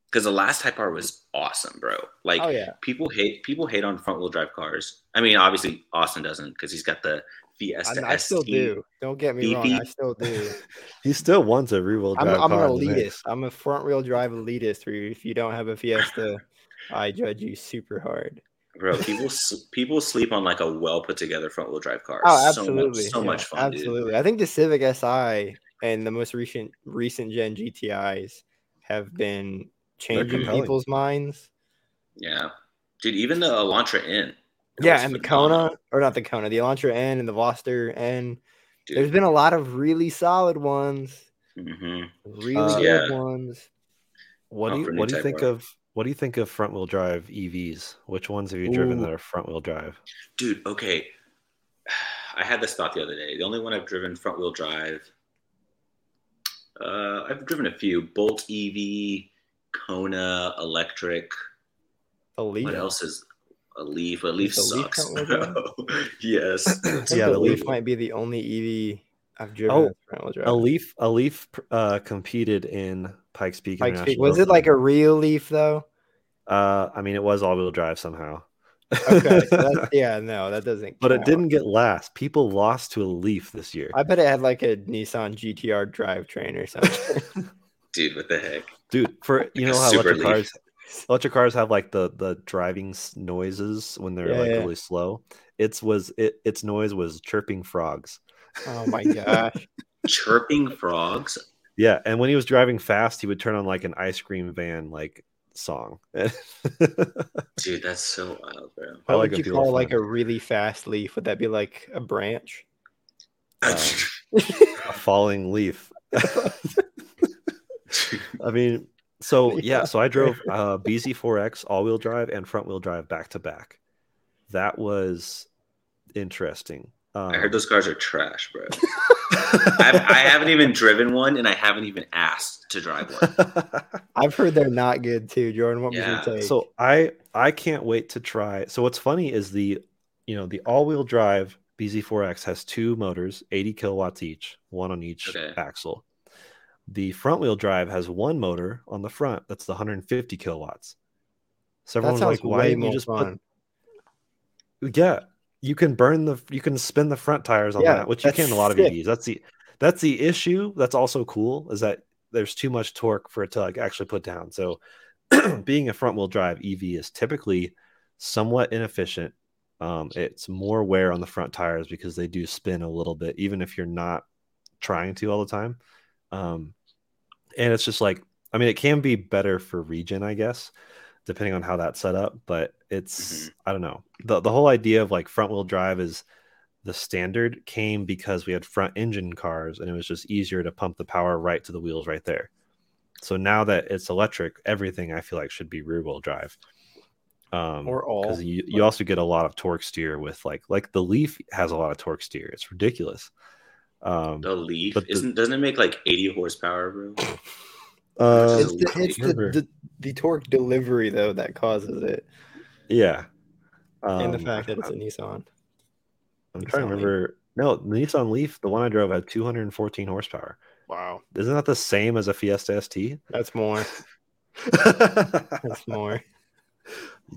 Speaker 4: because the last Type R was awesome, bro. Like,
Speaker 5: oh yeah,
Speaker 4: people hate people hate on front wheel drive cars. I mean, obviously Austin doesn't because he's got the Fiesta.
Speaker 5: I, I still
Speaker 4: ST.
Speaker 5: do. Don't get me wrong. I
Speaker 4: BP.
Speaker 5: still do.
Speaker 3: He still wants a rear-wheel
Speaker 5: I'm,
Speaker 3: drive
Speaker 5: I'm an
Speaker 3: car in the
Speaker 5: elitist.
Speaker 3: mix.
Speaker 5: I'm a front wheel drive elitist. Where if you don't have a Fiesta, I judge you super hard.
Speaker 4: bro. People s- people sleep on like a well put together front wheel drive car.
Speaker 5: Oh, absolutely.
Speaker 4: so much, so
Speaker 5: Yeah,
Speaker 4: much fun, dude.
Speaker 5: Absolutely. I think the Civic Si and the most recent recent gen GTIs have been changing
Speaker 3: compelling.
Speaker 5: people's minds.
Speaker 4: Yeah, dude. Even the Elantra N. that
Speaker 5: Yeah,
Speaker 4: was
Speaker 5: and the
Speaker 4: phenomenal,
Speaker 5: Kona, or not the Kona, the Elantra N and the Voster N.
Speaker 4: dude.
Speaker 5: There's been a lot of really solid ones,
Speaker 4: Mhm.
Speaker 5: really
Speaker 3: Uh,
Speaker 5: good ones.
Speaker 3: What
Speaker 4: Oh,
Speaker 3: do
Speaker 4: for
Speaker 3: you
Speaker 4: new
Speaker 3: What do you
Speaker 4: Type
Speaker 3: think
Speaker 4: R.
Speaker 3: of What do you think of front-wheel drive EVs? Which ones have you driven
Speaker 5: Ooh.
Speaker 3: that are front-wheel drive?
Speaker 4: dude. Okay, I had this thought the other day. The only one I've driven front wheel drive. Uh, I've driven a few Bolt EV, Kona electric.
Speaker 5: The Leaf.
Speaker 4: What else is a leaf? A leaf
Speaker 5: the Leaf
Speaker 4: sucks.
Speaker 5: front wheel drive?
Speaker 4: yes.
Speaker 5: I think
Speaker 3: Yeah,
Speaker 5: the,
Speaker 3: the
Speaker 5: Leaf
Speaker 3: Leaf.
Speaker 5: might be the only EV I've driven.
Speaker 3: Oh,
Speaker 5: that's front-wheel drive.
Speaker 3: A Leaf, a Leaf uh, competed in Pikes Peak.
Speaker 5: Like,
Speaker 3: International
Speaker 5: was it
Speaker 3: Road
Speaker 5: like a
Speaker 3: Rally.
Speaker 5: real Leaf though?
Speaker 3: Uh, I mean, it was all-wheel drive somehow.
Speaker 5: Okay, so that's, yeah, no, that doesn't.
Speaker 3: but it
Speaker 5: count.
Speaker 3: didn't get last. People lost to a Leaf this year,
Speaker 5: I bet it had like a Nissan GTR drivetrain or something.
Speaker 4: Dude, what the heck?
Speaker 3: dude. For you
Speaker 4: a
Speaker 3: know how
Speaker 4: super
Speaker 3: electric
Speaker 4: Leaf.
Speaker 3: cars, electric cars have like the the driving s- noises when they're
Speaker 5: Yeah,
Speaker 3: like
Speaker 5: yeah.
Speaker 3: really slow. It's was it its noise was chirping frogs.
Speaker 5: oh my gosh!
Speaker 4: Chirping frogs.
Speaker 3: Yeah, and when he was driving fast, he would turn on like an ice cream van like song. I
Speaker 4: Dude, that's so wild, bro.
Speaker 3: like
Speaker 5: What
Speaker 3: when
Speaker 5: would you
Speaker 3: people
Speaker 5: call
Speaker 3: are
Speaker 5: like
Speaker 3: fun.
Speaker 5: a really fast leaf? Would that be like a branch? Uh,
Speaker 3: a falling leaf. I mean, so yeah, so I drove uh, BZ4X all wheel drive and front wheel drive back to back. That was interesting. Um,
Speaker 4: I heard those cars are trash, bro. I've, I haven't even driven one, and I haven't even asked to drive one.
Speaker 5: I've heard they're not good too, Jordan. What
Speaker 4: Yeah,
Speaker 5: was your take?
Speaker 3: so I I can't wait to try. So what's funny is the you know the all wheel drive BZ4X has two motors, 80 kilowatts each, one on each
Speaker 4: Okay.
Speaker 3: axle. The front wheel drive has one motor on the front that's 150 kilowatts. So
Speaker 5: that
Speaker 3: everyone's
Speaker 5: sounds
Speaker 3: like, why
Speaker 5: way
Speaker 3: didn't
Speaker 5: more
Speaker 3: you just put
Speaker 5: fun.
Speaker 3: Yeah, you can burn the you can spin the front tires on
Speaker 5: Yeah,
Speaker 3: that, which you
Speaker 5: that's
Speaker 3: can in a lot of
Speaker 5: sick.
Speaker 3: EVs. That's the that's the issue. That's also cool is that there's too much torque for it to like actually put down. So being a front wheel drive EV is typically somewhat inefficient. Um, it's more wear on the front tires because they do spin a little bit, even if you're not trying to all the time. Um, and it's just like I mean, it can be better for region, I guess, depending on how that's set up. But
Speaker 5: Mm-hmm.
Speaker 3: it's I don't know. the The whole idea of like front wheel drive is the standard came because we had front engine cars, and it was just easier to pump the power right to the wheels right there. So now that it's electric, everything I feel like should be rear wheel drive. Um,
Speaker 5: Or all.
Speaker 3: because you, you also get a lot of torque steer with like like the Leaf has a lot of torque steer. It's ridiculous. Um,
Speaker 4: The Leaf
Speaker 3: But the-
Speaker 4: isn't doesn't it make like 80 horsepower, bro?
Speaker 3: uh,
Speaker 5: It's the, it's the,
Speaker 3: remember-
Speaker 5: the, the torque delivery though that causes it,
Speaker 3: yeah,
Speaker 5: and the
Speaker 3: Um,
Speaker 5: fact that it's a Nissan.
Speaker 3: I'm trying to
Speaker 5: Nissan Leaf.
Speaker 3: remember. No, the Nissan Leaf, the one I drove, had 214 horsepower.
Speaker 5: Wow,
Speaker 3: Isn't that the same as a Fiesta ST?
Speaker 5: that's more. That's more.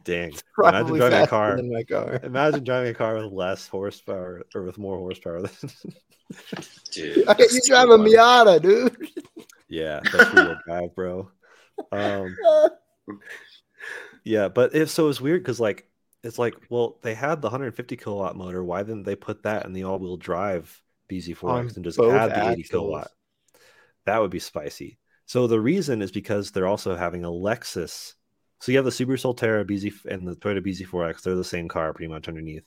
Speaker 3: Dang! Imagine
Speaker 5: Probably
Speaker 3: driving a
Speaker 5: faster
Speaker 3: car.
Speaker 5: than my car.
Speaker 3: Imagine driving a car with less horsepower or with more horsepower. Than...
Speaker 4: Dude,
Speaker 5: Okay,
Speaker 4: that's
Speaker 5: you
Speaker 4: so
Speaker 5: drive a
Speaker 4: wild.
Speaker 5: Miata, dude.
Speaker 3: yeah, that's real drive, bro. Um, Yeah, but if so, it's weird because like It's like, well, they had the 150 kilowatt motor. Why didn't they put that in the all wheel drive
Speaker 5: On
Speaker 3: BZ4X and just
Speaker 5: both
Speaker 3: add the 80
Speaker 5: axles.
Speaker 3: kilowatt? That would be spicy. So the reason is because they're also having a Lexus. So you have the Subaru Solterra BZ f- and the Toyota BZ4X. They're the same car pretty much underneath.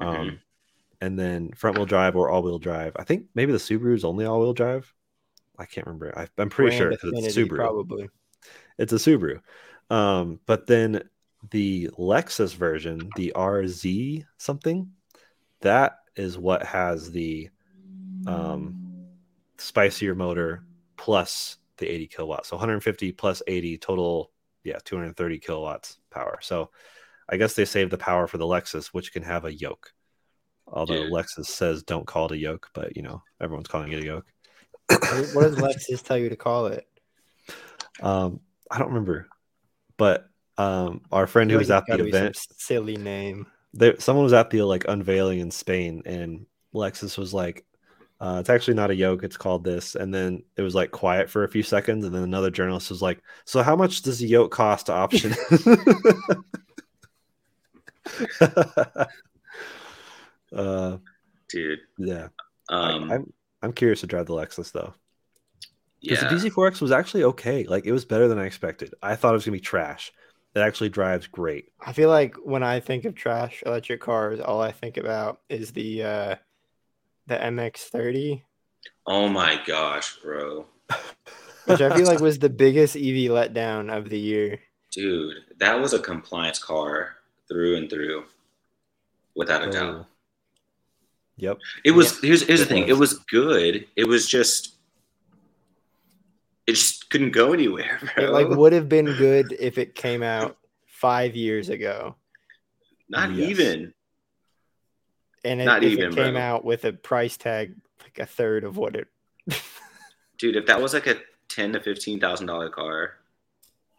Speaker 5: Mm-hmm.
Speaker 4: Mm-hmm.
Speaker 3: Um, and then front wheel drive or all wheel drive. I think maybe the Subaru is only all wheel drive. I can't remember. I, I'm pretty sure
Speaker 5: Brand
Speaker 3: 'cause it's
Speaker 5: affinity,
Speaker 3: Subaru
Speaker 5: Probably.
Speaker 3: it's a Subaru. Um, but then the Lexus version, the RZ something, that is what has the um, spicier motor plus the 80 kilowatts. So 150 plus 80 total, yeah, 230 kilowatts power. So I guess they saved the power for the Lexus, which can have a yoke. Although
Speaker 4: Yeah.
Speaker 3: Lexus says don't call it a yoke, but you know, everyone's calling it a yoke.
Speaker 5: What what does Lexus tell you to call it?
Speaker 3: Um, I don't remember, but um, our friend who was at
Speaker 5: Like, it's
Speaker 3: the
Speaker 5: gotta be some
Speaker 3: event,
Speaker 5: Silly name.
Speaker 3: there, someone was at the like unveiling in Spain, and Lexus was like, uh, "It's actually not a yoke; it's called this." And then it was like quiet for a few seconds, and then another journalist was like, "So how much does a yoke cost to option?" uh,
Speaker 4: dude.
Speaker 3: yeah,
Speaker 4: Um,
Speaker 3: I, am I'm curious to drive the Lexus though. Because
Speaker 4: yeah,
Speaker 3: the BZ4X was actually okay. Like it was better than I expected. I thought it was gonna be trash. It actually drives great.
Speaker 5: I feel like when I think of trash electric cars, all I think about is the uh, the MX30,
Speaker 4: Oh my gosh, bro.
Speaker 5: which I feel like was the biggest EV letdown of the year.
Speaker 4: Dude, that was a compliance car through and through. Without a doubt.
Speaker 3: Oh. Yep.
Speaker 4: It was here's here's the
Speaker 3: It
Speaker 4: thing. It was good. It was just it just couldn't go anywhere, bro.
Speaker 5: It like would have been good if it came out five years ago,
Speaker 4: Not
Speaker 3: Yes.
Speaker 4: even.
Speaker 5: and it,
Speaker 4: Not
Speaker 5: if
Speaker 4: even,
Speaker 5: it came
Speaker 4: bro.
Speaker 5: out with a price tag like a third of what it.
Speaker 4: Dude, if that was like a ten to fifteen thousand dollar car.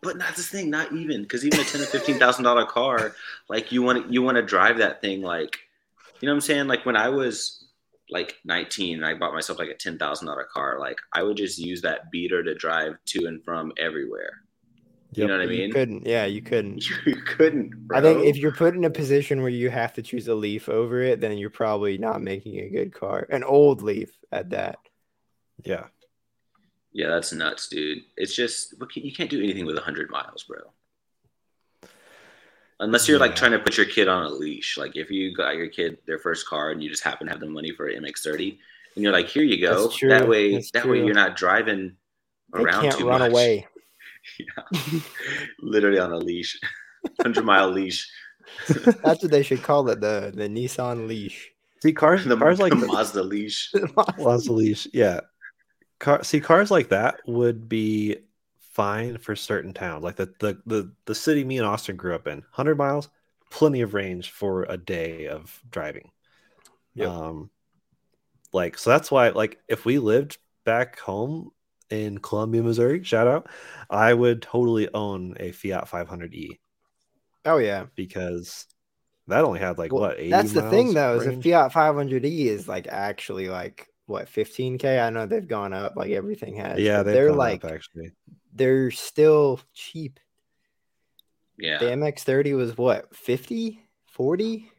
Speaker 4: But not this thing, not even. Because even a ten to fifteen thousand dollar car, like you want you want to drive that thing like you know what I'm saying? Like when I was like 19 and I bought myself like a ten thousand dollar car, like I would just use that beater to drive to and from everywhere. You
Speaker 3: Yep.
Speaker 4: know what I
Speaker 5: you
Speaker 4: mean?
Speaker 5: couldn't, yeah, you couldn't.
Speaker 4: You couldn't. Bro.
Speaker 5: I think if you're put in a position where you have to choose a leaf over it, then you're probably not making a good car. An old leaf at that.
Speaker 3: Yeah.
Speaker 4: yeah, that's nuts, dude. It's just what can- you can't do anything with hundred miles, bro. Unless you're like
Speaker 3: Yeah.
Speaker 4: trying to put your kid on a leash. Like if you got your kid their first car and you just happen to have the money for an MX-30, and you're like, here you go.
Speaker 5: That's true.
Speaker 4: That way,
Speaker 5: That's
Speaker 4: that way
Speaker 5: true.
Speaker 4: you're not driving
Speaker 5: They
Speaker 4: around
Speaker 5: can't
Speaker 4: too
Speaker 5: run
Speaker 4: much.
Speaker 5: away.
Speaker 4: Literally on a leash, hundred mile leash.
Speaker 5: That's what they should call it the the Nissan leash.
Speaker 3: See cars
Speaker 4: The,
Speaker 3: cars like
Speaker 4: the Mazda leash.
Speaker 3: Lots of leash. Yeah. Car see cars like that would be fine for certain towns. Like the the the, the city me and Austin grew up in. Hundred miles, plenty of range for a day of driving.
Speaker 5: Yep.
Speaker 3: Um like so that's why like if we lived back home in Columbia, Missouri, shout out, I would totally own a Fiat 500e
Speaker 5: oh yeah.
Speaker 3: because that only had like
Speaker 5: Well,
Speaker 3: what 80
Speaker 5: That's the thing
Speaker 3: miles
Speaker 5: though, is
Speaker 3: range?
Speaker 5: the Fiat 500e is like actually like what 15k. I know they've gone up, like everything has.
Speaker 3: yeah
Speaker 5: but
Speaker 3: they've
Speaker 5: they're
Speaker 3: gone up,
Speaker 5: like
Speaker 3: actually
Speaker 5: they're still cheap.
Speaker 4: Yeah.
Speaker 5: The MX30 was what 50, 40.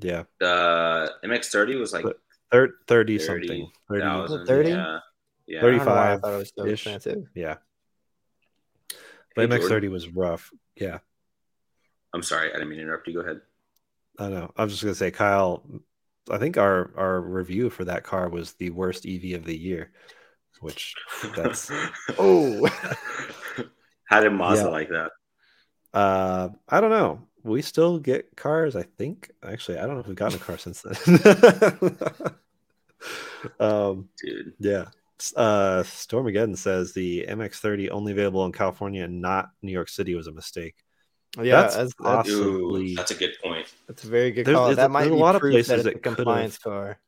Speaker 3: yeah
Speaker 4: The MX-30 was like
Speaker 3: But- Thir- 30,
Speaker 4: 30
Speaker 3: something 30
Speaker 4: thousand.
Speaker 5: 30?
Speaker 4: Yeah. yeah.
Speaker 5: I don't know why I
Speaker 3: 35
Speaker 5: thought it was so
Speaker 3: -ish.
Speaker 5: expensive.
Speaker 3: yeah
Speaker 4: Hey,
Speaker 3: but mx
Speaker 4: Jordan.
Speaker 3: 30 was rough yeah
Speaker 4: I'm sorry, I didn't mean to interrupt you. Go ahead.
Speaker 3: i know i was just gonna say kyle i think our our review for that car was the worst ev of the year which that's
Speaker 5: Oh.
Speaker 4: how did Mazda
Speaker 3: Yeah.
Speaker 4: like that?
Speaker 3: uh i don't know we still get cars i think actually i don't know if we've gotten a car since then um
Speaker 4: Dude,
Speaker 3: Yeah. S- Uh, Stormageddon says the MX30 only available in California and not New York City was a mistake.
Speaker 5: Yeah,
Speaker 3: That's
Speaker 5: that's that's,
Speaker 3: awesome. Possibly.
Speaker 4: Ooh, that's a good point.
Speaker 5: that's a very good
Speaker 3: There's-
Speaker 5: call.
Speaker 3: there's a-
Speaker 5: that might
Speaker 3: there's
Speaker 5: be
Speaker 3: a lot of
Speaker 5: proof
Speaker 3: places
Speaker 5: that it's
Speaker 3: that
Speaker 5: a
Speaker 3: could've-
Speaker 5: compliance car.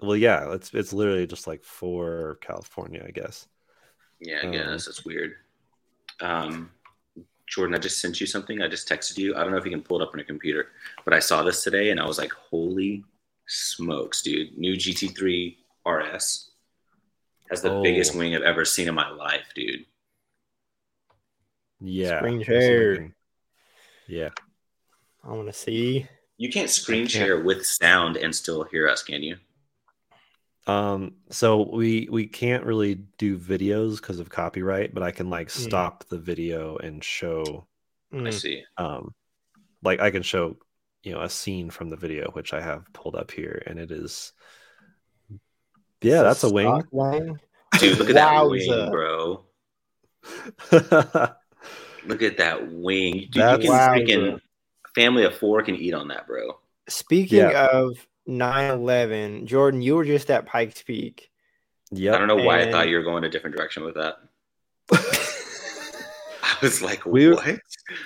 Speaker 3: Well, yeah, it's it's literally just like for California, I guess.
Speaker 4: Yeah, I
Speaker 3: Um,
Speaker 4: guess that's weird. Um, Jordan, I just sent you something. I just texted you. I don't know if you can pull it up on your computer, but I saw this today and I was like, "Holy smokes, dude! New GT3 RS has the
Speaker 3: Oh.
Speaker 4: biggest wing I've ever seen in my life, dude."
Speaker 3: Yeah.
Speaker 5: Spring
Speaker 3: that's another
Speaker 5: hair.
Speaker 3: thing. Yeah.
Speaker 5: I want to see.
Speaker 4: You can't screen share with sound and still hear us, can you?
Speaker 3: Um, so we we can't really do videos because of copyright, but I can like
Speaker 5: Mm.
Speaker 3: stop the video and show
Speaker 4: I
Speaker 5: Mm,
Speaker 4: see.
Speaker 3: um like I can show you know a scene from the video which I have pulled up here and it is yeah, that's a wing.
Speaker 5: stock wing.
Speaker 4: Dude, look at that
Speaker 5: Wowza.
Speaker 4: wing, bro. Look at that wing. Dude, you
Speaker 3: That's-
Speaker 4: can
Speaker 5: Wowza.
Speaker 4: freaking family of four can eat on that, bro.
Speaker 5: Speaking
Speaker 3: Yeah.
Speaker 5: of 9/11, Jordan, you were just at Pikes Peak.
Speaker 3: yep.
Speaker 4: I don't know why I
Speaker 5: And-
Speaker 4: thought you were going a different direction with that. I was like,
Speaker 3: We were-
Speaker 4: what?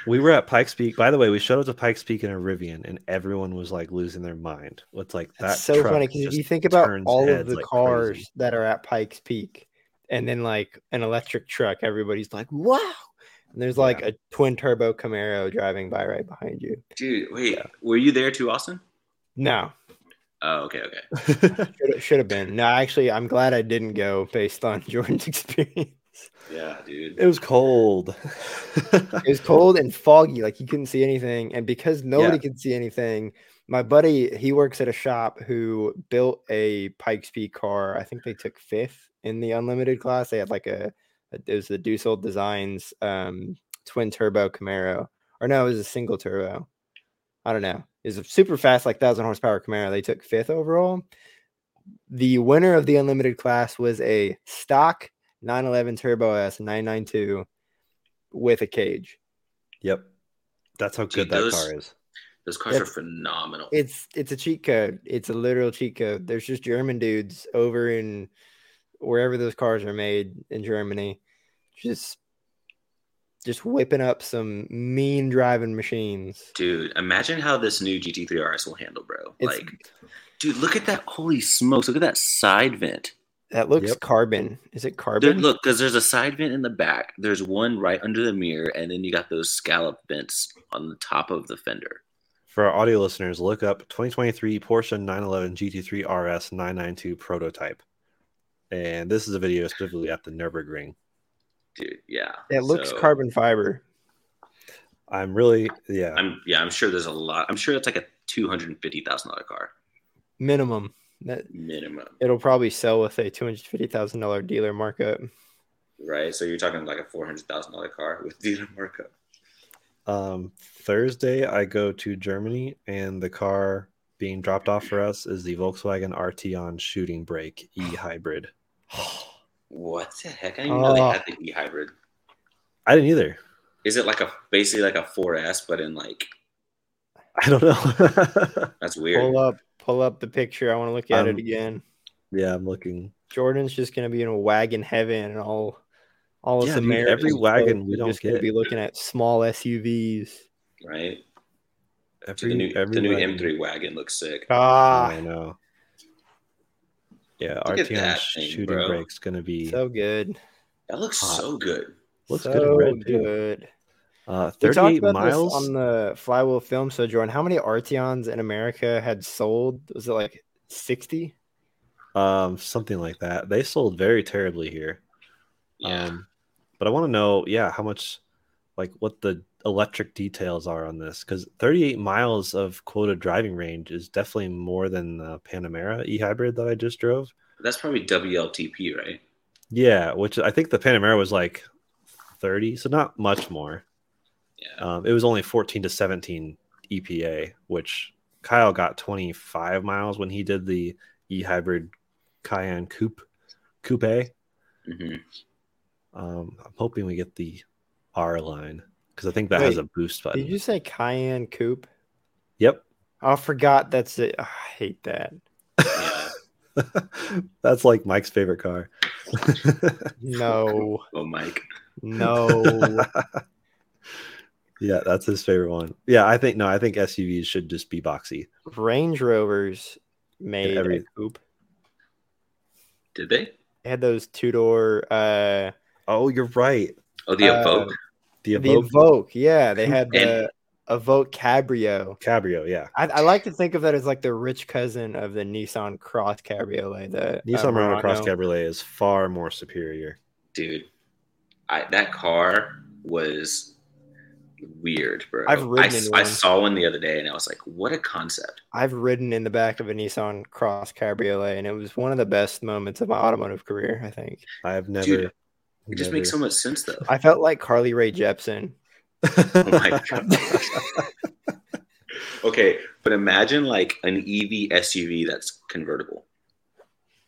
Speaker 3: We were at Pikes Peak. By the way, we showed up to Pikes Peak in a Rivian, and everyone was like losing their mind. It's like that.
Speaker 5: That's so
Speaker 3: truck
Speaker 5: funny because
Speaker 3: just
Speaker 5: you think about
Speaker 3: turns
Speaker 5: all of
Speaker 3: heads
Speaker 5: the
Speaker 3: like
Speaker 5: cars
Speaker 3: crazy.
Speaker 5: that are at Pikes Peak, and then like an electric truck. Everybody's like, "Wow!" And there's like a twin turbo Camaro driving by right behind you.
Speaker 4: Dude, wait, were you there too, Austin?
Speaker 5: No,
Speaker 4: Oh, okay, okay.
Speaker 5: should have been. No, actually, I'm glad I didn't go based on Jordan's experience.
Speaker 4: Yeah, dude.
Speaker 3: it was cold.
Speaker 5: It was cold and foggy, like you couldn't see anything. And because nobody could see anything, my buddy, he works at a shop who built a Pikes Peak car. I think they took fifth in the unlimited class. They had like a, a it was the Dusel Designs um, twin turbo Camaro, or no, it was a single turbo. I don't know. It was a super fast, like thousand horsepower Camaro. They took fifth overall. The winner of the unlimited class was a stock 911 Turbo S 992 with a cage.
Speaker 3: Yep, that's how
Speaker 4: Dude,
Speaker 3: good that
Speaker 4: those-
Speaker 3: car is.
Speaker 4: Those cars are
Speaker 5: That's-
Speaker 4: phenomenal.
Speaker 5: It's it's a cheat code. It's a literal cheat code. There's just German dudes over in wherever those cars are made in Germany, just just whipping up some mean driving machines.
Speaker 4: Dude, imagine how this new GT3 RS will handle, bro.
Speaker 5: It's,
Speaker 4: like, dude, look at that. Holy smokes. Look at that side vent.
Speaker 5: that looks
Speaker 3: Yep.
Speaker 5: carbon. Is
Speaker 4: There,
Speaker 5: it carbon?
Speaker 4: look, because there's a side vent in the back. There's one right under the mirror, and then you got those scallop vents on the top of the fender.
Speaker 3: For our audio listeners, look up 2023 Porsche 911 GT3 RS 992 prototype, and this is a video specifically at the Nürburgring.
Speaker 4: Dude, yeah.
Speaker 5: it looks
Speaker 4: So,
Speaker 5: carbon fiber.
Speaker 3: I'm really, yeah,
Speaker 4: I'm yeah, I'm sure there's a lot. I'm sure that's like a two hundred and fifty thousand dollar car
Speaker 5: Minimum. That
Speaker 4: minimum,
Speaker 5: it'll probably sell with a two hundred fifty thousand dollar dealer markup.
Speaker 4: right? So you're talking like a four hundred thousand dollar car with dealer markup.
Speaker 3: Um, Thursday, I go to Germany, and the car being dropped off for us is the Volkswagen Arteon Shooting Brake E Hybrid.
Speaker 4: What the heck? I didn't even know
Speaker 5: Oh.
Speaker 4: they had the e hybrid.
Speaker 3: I didn't either.
Speaker 4: Is it like a basically like a 4S, but in like
Speaker 3: I don't know.
Speaker 4: that's weird.
Speaker 5: Pull up, pull up the picture. I want to look at
Speaker 3: Um,
Speaker 5: it again.
Speaker 3: yeah, I'm looking.
Speaker 5: Jordan's just gonna be in a wagon heaven, and all all of
Speaker 3: Yeah,
Speaker 5: us
Speaker 3: dude, every
Speaker 5: Americans, folks
Speaker 3: wagon we
Speaker 5: are
Speaker 3: don't
Speaker 5: just gonna
Speaker 3: get.
Speaker 5: be looking at small SUVs.
Speaker 4: Right?
Speaker 3: Every,
Speaker 4: Dude, the new
Speaker 3: every
Speaker 4: the new
Speaker 3: wagon-
Speaker 4: M3 wagon looks sick.
Speaker 5: Ah,
Speaker 3: I know. Yeah,
Speaker 4: Look at
Speaker 3: Arteon
Speaker 4: that thing,
Speaker 3: Shooting
Speaker 4: bro.
Speaker 3: Brake's gonna be
Speaker 5: so good,
Speaker 4: That looks
Speaker 3: Hot.
Speaker 4: so good.
Speaker 3: looks
Speaker 5: so
Speaker 3: good in red too.
Speaker 5: good.
Speaker 3: Uh,
Speaker 5: We talked
Speaker 3: 38
Speaker 5: about this
Speaker 3: miles.
Speaker 5: on the flywheel film. So, Jordan, how many Arteons in America had sold? Was it like sixty?
Speaker 3: um something like that they sold very terribly here
Speaker 4: Yeah.
Speaker 3: um but i want to know yeah how much like what the electric details are on this because 38 miles of quoted driving range is definitely more than the panamera e-hybrid that i just drove
Speaker 4: That's probably WLTP, right?
Speaker 3: yeah which i think the panamera was like 30 so not much more
Speaker 4: Yeah.
Speaker 3: um, it was only 14 to 17 epa which kyle got 25 miles when he did the e-hybrid cayenne coupe coupe
Speaker 4: hmm
Speaker 3: Um, I'm hoping we get the R line because I think that has
Speaker 5: Wait,
Speaker 3: a boost button.
Speaker 5: Did you say Cayenne Coupe?
Speaker 3: Yep,
Speaker 5: I forgot. That's it. Ah, I hate that.
Speaker 4: Yeah.
Speaker 3: that's like Mike's favorite car.
Speaker 5: No,
Speaker 4: Oh, Mike.
Speaker 5: no.
Speaker 3: yeah, that's his favorite one. Yeah, I think no, I think SUVs should just be boxy.
Speaker 5: Range Rovers made a
Speaker 3: every-
Speaker 5: coupe.
Speaker 4: Did they?
Speaker 5: They had those two door. uh
Speaker 3: Oh, you're right.
Speaker 4: Oh, the
Speaker 5: Uh,
Speaker 4: Evoke. Hmm.
Speaker 3: The
Speaker 5: The
Speaker 3: Evoque
Speaker 5: Evoke, yeah, they had
Speaker 4: And-
Speaker 5: the Evoke Cabrio.
Speaker 3: Cabrio, yeah,
Speaker 5: I, I like to think of that as like the rich cousin of the Nissan Cross Cabriolet. The
Speaker 3: Nissan
Speaker 5: uh,
Speaker 3: Murano Cross
Speaker 5: Murano.
Speaker 3: Cabriolet is far more superior.
Speaker 4: dude I, that car was weird, bro.
Speaker 5: I've ridden
Speaker 4: I,
Speaker 5: in
Speaker 4: I
Speaker 5: one.
Speaker 4: saw one the other day and I was like, what a concept.
Speaker 5: I've ridden in the back of a Nissan Cross Cabriolet, and it was one of the best moments of my automotive career. I think
Speaker 3: I have never.
Speaker 4: Dude, it It just makes so
Speaker 3: never-
Speaker 4: much sense though.
Speaker 5: I felt like Carly Rae Jepsen.
Speaker 4: Oh my god. okay, but imagine like an E EV SUV that's convertible.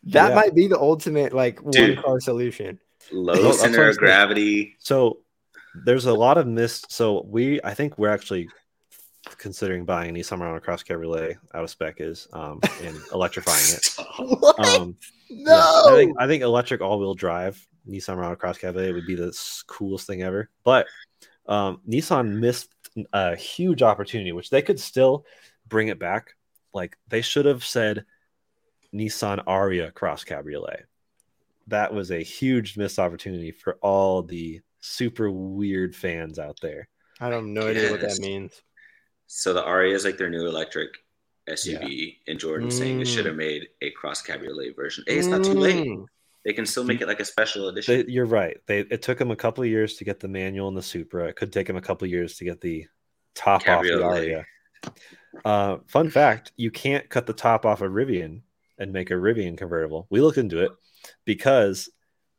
Speaker 5: That
Speaker 3: Yeah.
Speaker 5: might be the ultimate like
Speaker 4: Dude.
Speaker 5: one car solution.
Speaker 3: That's
Speaker 4: Low
Speaker 3: what I'm
Speaker 4: center of
Speaker 3: saying.
Speaker 4: gravity.
Speaker 3: So there's a lot of missed. So we, I think we're actually considering buying a Nissan Murano Cross Cabriolet out of spec is um, and electrifying it.
Speaker 5: What?
Speaker 3: Um, yeah,
Speaker 5: no.
Speaker 3: I think I think electric all wheel drive Nissan Murano Cross Cabriolet would be the s- coolest thing ever. But um, Nissan missed a huge opportunity, which they could still bring it back. Like they should have said Nissan Aria Cross Cabriolet. That was a huge missed opportunity for all the super weird fans out there.
Speaker 5: I don't have no idea what that
Speaker 4: Yes.
Speaker 5: means.
Speaker 4: So the Aria is like their new electric SUV, and Jordan's saying they
Speaker 5: Mm.
Speaker 4: should have made a cross cabriolet version. Hey, it's not too late.
Speaker 5: Mm.
Speaker 4: They can still make it like a special edition.
Speaker 3: They, you're right. They it took them a couple of years to get the manual and the Supra. It could take them a couple of years to get the top off the
Speaker 4: Cabriolet.
Speaker 3: Aria. Uh, fun fact: you can't cut the top off a Rivian and make a Rivian convertible. We looked into it because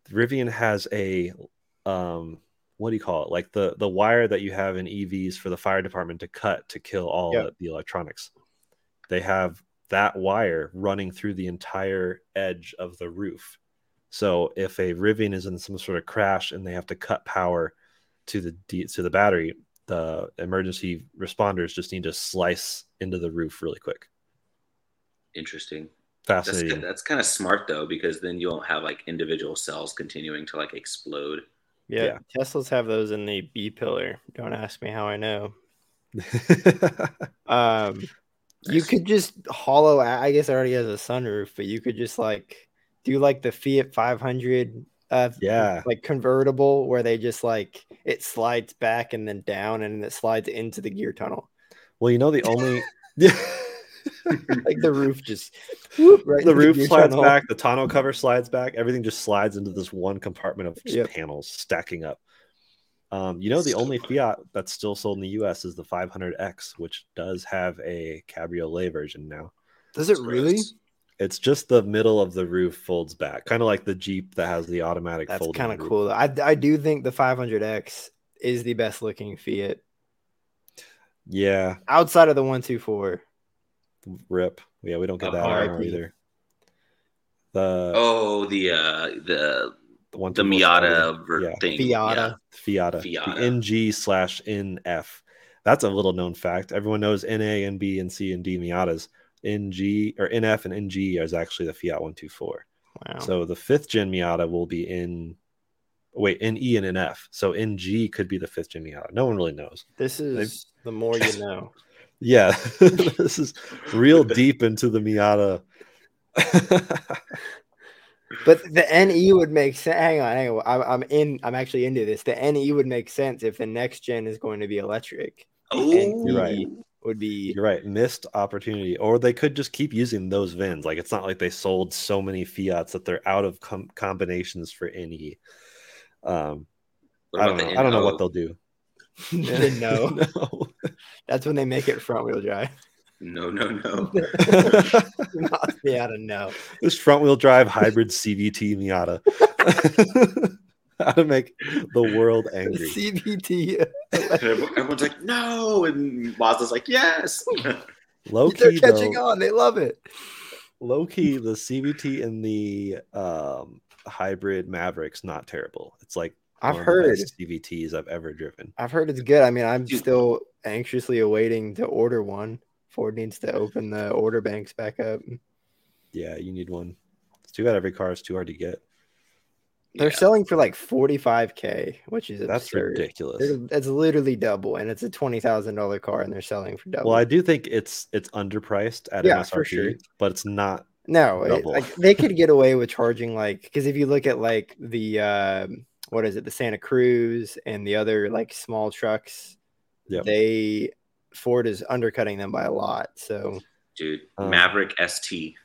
Speaker 3: Rivian has a um, what do you call it? Like the the wire that you have in EVs for the fire department to cut to kill all
Speaker 5: Yeah.
Speaker 3: the electronics. They have that wire running through the entire edge of the roof. So if a Rivian is in some sort of crash and they have to cut power to the D- to the battery, the emergency responders just need to slice into the roof really quick.
Speaker 4: Interesting. That's
Speaker 3: Fascinating.
Speaker 4: ki- that's kind of smart though, because then you won't have like individual cells continuing to like explode.
Speaker 5: Yeah, Teslas have those in the B pillar. Don't ask me how I know. Um, you
Speaker 4: Nice.
Speaker 5: could just hollow. I guess it already has a sunroof, but you could just like do like the Fiat 500, uh,
Speaker 3: Yeah.
Speaker 5: like convertible where they just like it slides back and then down and it slides into the gear tunnel.
Speaker 3: well, you know the only yeah.
Speaker 5: Like the roof just whoop, right
Speaker 3: the
Speaker 5: into
Speaker 3: roof
Speaker 5: gear
Speaker 3: slides
Speaker 5: tunnel.
Speaker 3: back, the tonneau cover slides back, everything just slides into this one compartment of just
Speaker 5: Yep.
Speaker 3: panels stacking up. Um, you know, the
Speaker 4: So
Speaker 3: only
Speaker 4: funny.
Speaker 3: Fiat that's still sold in the U.S. is the 500X, which does have a cabriolet version now.
Speaker 5: Does it
Speaker 4: It's
Speaker 5: really?
Speaker 4: gross.
Speaker 3: It's just the middle of the roof folds back, kind of like the Jeep that has the automatic.
Speaker 5: That's
Speaker 3: folding
Speaker 5: kind of
Speaker 3: roof.
Speaker 5: cool. I I do think the 500X is the best looking Fiat
Speaker 3: Yeah,
Speaker 5: outside of the 124.
Speaker 3: rip. Yeah, we don't get that anymore
Speaker 5: RIP.
Speaker 3: either. The
Speaker 4: Oh, the uh the
Speaker 3: the one
Speaker 4: the
Speaker 3: people started-
Speaker 4: Miata ver-
Speaker 3: Yeah.
Speaker 4: thing.
Speaker 5: Fiata.
Speaker 4: Yeah.
Speaker 3: Fiata,
Speaker 4: Fiata.
Speaker 3: the NG slash NF. That's a little known fact. Everyone knows NA and B and C and D Miatas. NG or NF and NG is actually the Fiat 124.
Speaker 5: Wow.
Speaker 3: So the fifth gen Miata will be in wait, NE and NF. So NG could be the fifth gen Miata. No one really knows.
Speaker 5: this is the more you know.
Speaker 3: Yeah, this is real deep into the Miata.
Speaker 5: But the NE would make sense. Hang on, hang on. I'm, I'm in. I'm actually into this. The NE would make sense if the next gen is going to be electric.
Speaker 4: Oh,
Speaker 3: You're right.
Speaker 5: Would be
Speaker 3: You're right. Missed opportunity. Or they could just keep using those VINs. Like it's not like they sold so many Fiats that they're out of com- combinations for any. Um,
Speaker 4: What
Speaker 3: I don't
Speaker 4: about
Speaker 3: know.
Speaker 4: the
Speaker 3: I don't know what
Speaker 4: NO?
Speaker 3: they'll do.
Speaker 5: the no.
Speaker 3: No.
Speaker 5: That's when they make it front wheel drive.
Speaker 4: No, no, no.
Speaker 5: Not the out of no.
Speaker 3: this front wheel drive hybrid CVT Miata. How to make the world angry.
Speaker 5: CVT.
Speaker 4: Everyone's like, no, and Mazda's like, yes.
Speaker 3: Low
Speaker 5: They're
Speaker 3: key,
Speaker 5: catching
Speaker 3: though,
Speaker 5: on. They love it.
Speaker 3: low key, the CVT and the um, hybrid Mavericks not terrible. It's like
Speaker 5: I've
Speaker 3: one of the
Speaker 5: heard.
Speaker 3: best CVTs I've ever driven.
Speaker 5: I've heard it's good. I mean, I'm
Speaker 4: Dude.
Speaker 5: still anxiously awaiting to order one. Ford needs to open the order banks back up.
Speaker 3: Yeah, you need one. It's too bad every car is too hard to get.
Speaker 5: They're selling for like 45k, which is
Speaker 3: That's
Speaker 5: absurd.
Speaker 3: ridiculous.
Speaker 5: They're- That's literally double, and it's a twenty thousand dollar car, and they're selling for double.
Speaker 3: Well, I do think it's it's underpriced at
Speaker 5: Yeah,
Speaker 3: MSRP,
Speaker 5: for sure.
Speaker 3: but it's not.
Speaker 5: no, it-
Speaker 3: double.
Speaker 5: like, they could get away with charging like because if you look at like the um what is it, the Santa Cruz and the other like small trucks,
Speaker 3: Yep.
Speaker 5: they Ford is undercutting them by a lot. So
Speaker 4: Dude,
Speaker 3: Um,
Speaker 4: Maverick ST.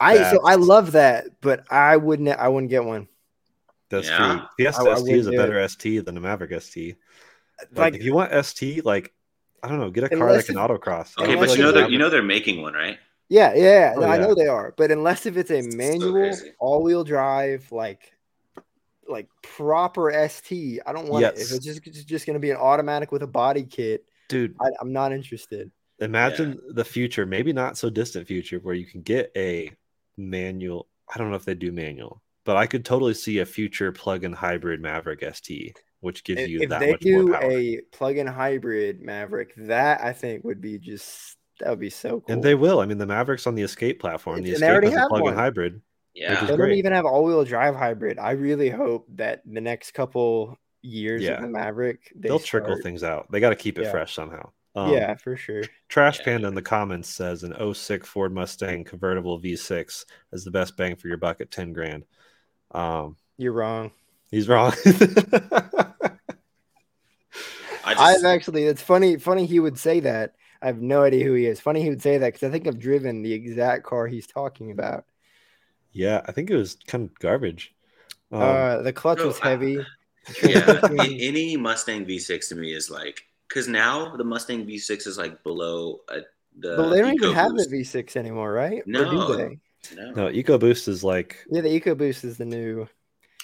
Speaker 5: I so I
Speaker 3: That's-
Speaker 5: love that, but I wouldn't I wouldn't get one.
Speaker 3: That's
Speaker 4: Yeah.
Speaker 3: true. Fiesta
Speaker 5: I- I
Speaker 3: ST is a
Speaker 5: wouldn't do
Speaker 3: better ST than the Maverick ST. Like,
Speaker 5: Like-
Speaker 3: if you want ST, like I don't know, get a car
Speaker 5: Unless
Speaker 3: that can
Speaker 5: it-
Speaker 3: autocross. That
Speaker 4: Okay,
Speaker 3: looks
Speaker 4: but
Speaker 5: like
Speaker 4: you know
Speaker 3: a
Speaker 4: they're
Speaker 3: Lambo.
Speaker 4: you know they're making one, right?
Speaker 5: Yeah, yeah,
Speaker 3: Oh,
Speaker 5: no, I
Speaker 3: yeah.
Speaker 5: know they are, but unless if it's a
Speaker 4: It's so
Speaker 5: manual
Speaker 4: crazy.
Speaker 5: all-wheel drive, like like proper ST, I don't want it.
Speaker 3: Yes.
Speaker 5: If it's just it's just going to be an automatic with a body kit,
Speaker 3: dude.
Speaker 5: I, I'm not interested.
Speaker 3: Imagine the future, maybe not so distant future, where you can get a manual. I don't know if they do manual, but I could totally see a future plug-in hybrid Maverick ST, which gives
Speaker 5: If,
Speaker 3: you
Speaker 5: if
Speaker 3: that
Speaker 5: they
Speaker 3: much more
Speaker 5: do
Speaker 3: power.
Speaker 5: a plug-in hybrid Maverick, that I think would be just that would be so cool.
Speaker 3: And they will. I mean, the Mavericks on the Escape platform. The
Speaker 5: And they
Speaker 3: Escape
Speaker 5: already
Speaker 3: has a
Speaker 5: have
Speaker 3: plug-in
Speaker 5: one.
Speaker 3: hybrid.
Speaker 4: Yeah.
Speaker 3: Which
Speaker 5: They
Speaker 3: is-
Speaker 5: don't
Speaker 3: great.
Speaker 5: even have all-wheel drive hybrid. I really hope that the next couple years
Speaker 3: Yeah.
Speaker 5: of the Maverick they
Speaker 3: They will trickle
Speaker 5: start-
Speaker 3: things out. They got to keep it
Speaker 5: Yeah.
Speaker 3: fresh somehow. Um,
Speaker 5: yeah, for sure.
Speaker 3: Trash
Speaker 4: Yeah.
Speaker 3: Panda in the comments says an 06 Ford Mustang convertible V6 is the best bang for your buck at 10 grand. Um,
Speaker 5: You're wrong.
Speaker 3: he's wrong.
Speaker 4: I just,
Speaker 5: I've actually, it's funny, funny he would say that. I have no idea who he is. Funny he would say that because I think I've driven the exact car he's talking about.
Speaker 3: yeah, I think it was kind of garbage. Um,
Speaker 5: uh, the clutch
Speaker 4: no,
Speaker 5: was
Speaker 4: I-
Speaker 5: heavy.
Speaker 4: yeah, a- any Mustang V6 to me is like because now the Mustang V6 is like below uh, the.
Speaker 5: but they don't even have the
Speaker 4: EcoBoost.
Speaker 5: V6 anymore, right? Or do
Speaker 4: No.
Speaker 5: they?
Speaker 4: No.
Speaker 3: no, EcoBoost is like,
Speaker 5: Yeah, the EcoBoost is the new.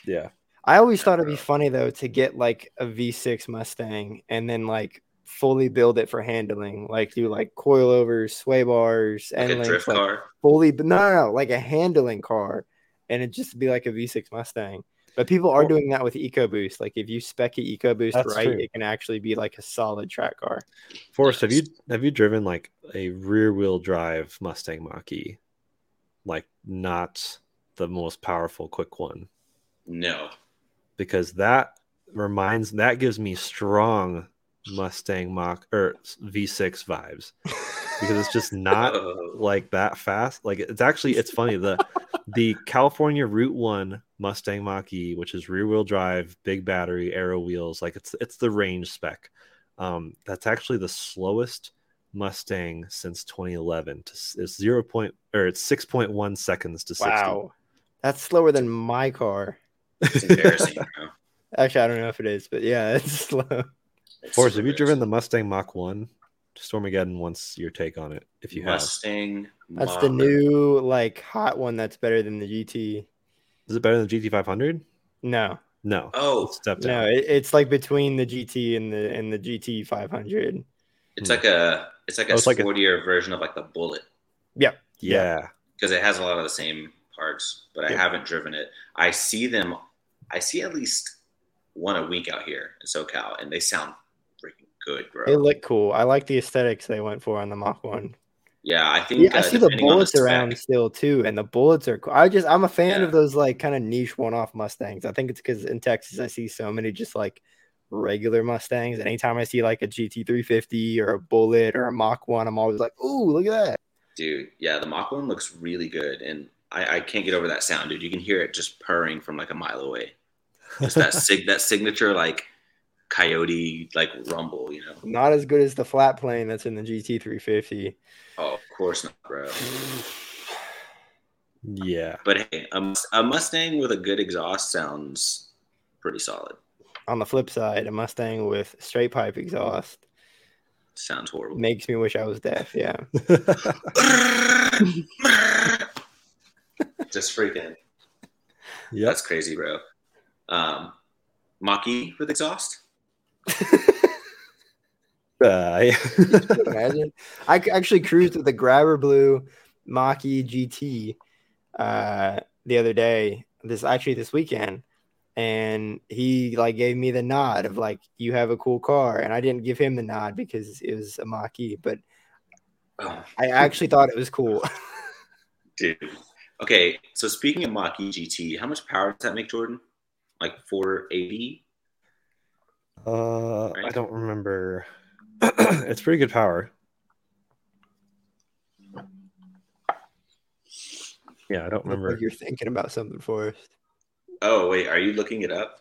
Speaker 3: yeah,
Speaker 5: I always thought it'd be funny though to get like a V6 Mustang and then like fully build it for handling, like do like coilovers, sway bars,
Speaker 4: like
Speaker 5: and
Speaker 4: a drift car.
Speaker 5: fully, but no, no, no, like a handling car, and it just be like a V6 Mustang. But people are
Speaker 3: Well-
Speaker 5: doing that with EcoBoost. Like if you spec a EcoBoost
Speaker 3: That's
Speaker 5: right,
Speaker 3: true.
Speaker 5: it can actually be like a solid track car.
Speaker 3: Forrest, have you have you driven like a rear wheel drive Mustang Mach E? Like not the most powerful quick one
Speaker 4: No.
Speaker 3: because that reminds that gives me strong Mustang Mach or V6 vibes because it's just not
Speaker 4: Oh,
Speaker 3: like that fast. Like it's actually it's funny the the California Route 1 Mustang Mach E which is rear wheel drive, big battery, aero wheels, like it's it's the range spec. Um that's actually the slowest Mustang since 2011 to s- it's 0. Point, or it's 6.1 seconds to 60.
Speaker 5: Wow, that's slower than my car.
Speaker 4: it's embarrassing. bro.
Speaker 5: Actually, I don't know if it is, but yeah, it's slow.
Speaker 4: It's
Speaker 3: Forrest, have you
Speaker 4: embarrassing.
Speaker 3: driven the Mustang Mach 1? Stormageddon wants your take on it if you have.
Speaker 4: Mustang?
Speaker 5: That's the
Speaker 4: Mach-
Speaker 5: new like hot one that's better than the GT.
Speaker 3: Is it better than the GT500?
Speaker 5: No,
Speaker 3: No.
Speaker 4: Oh.
Speaker 3: It's stepped
Speaker 5: no,
Speaker 3: down.
Speaker 5: it, it's like between the GT and the and the GT 500.
Speaker 4: It's like a it's like
Speaker 3: Hmm.
Speaker 4: a
Speaker 3: Oh, it's like a-
Speaker 4: sportier version of like the Bullet
Speaker 3: yeah.
Speaker 4: because it has a lot of the same parts, but I
Speaker 5: Yeah.
Speaker 4: haven't driven it. I see them. I see at least one a week out here in SoCal, and they sound freaking good, bro.
Speaker 5: They look cool. I like the aesthetics they went for on the Mach one.
Speaker 4: Yeah, I think.
Speaker 5: Yeah, I
Speaker 4: uh,
Speaker 5: see the
Speaker 4: depending on
Speaker 5: bullets
Speaker 4: spec-
Speaker 5: around still too, and the bullets are cool. I just I'm a fan
Speaker 4: Yeah.
Speaker 5: of those like kind of niche one-off Mustangs. I think it's because in Texas I see so many just like regular Mustangs. And anytime I see like a GT350 or a Bullet or a Mach one, I'm always like, "Ooh, look at that!"
Speaker 4: Dude, yeah, the Mach one looks really good, and I, I can't get over that sound, dude. You can hear it just purring from like a mile away. Just that sig that signature like coyote like rumble, you know?
Speaker 5: Not as good as the flat plane that's in the GT350.
Speaker 4: Oh, of course not, bro.
Speaker 3: Yeah.
Speaker 4: But hey, a, Mus- a Mustang with a good exhaust sounds pretty solid.
Speaker 5: On the flip side, a Mustang with straight pipe exhaust
Speaker 4: Sounds horrible.
Speaker 5: makes me wish I was deaf. Yeah,
Speaker 4: just freaking.
Speaker 3: yep.
Speaker 4: That's crazy, bro. Um, Mach E with exhaust.
Speaker 3: Uh, yeah.
Speaker 5: Imagine. I c- actually cruised with a Grabber Blue Mach E GT uh, the other day. This actually this weekend, and he like gave me the nod of like you have a cool car, and I didn't give him the nod because it was a Mach E, but
Speaker 4: Oh,
Speaker 5: I actually thought it was cool.
Speaker 4: dude. Okay, so speaking of Mach E GT, how much power does that make, Jordan? Like 480?
Speaker 3: Uh, I don't remember. it's pretty good power. Yeah, I don't remember.
Speaker 5: Like, You're thinking about something for us.
Speaker 4: Oh, wait, are you looking it up?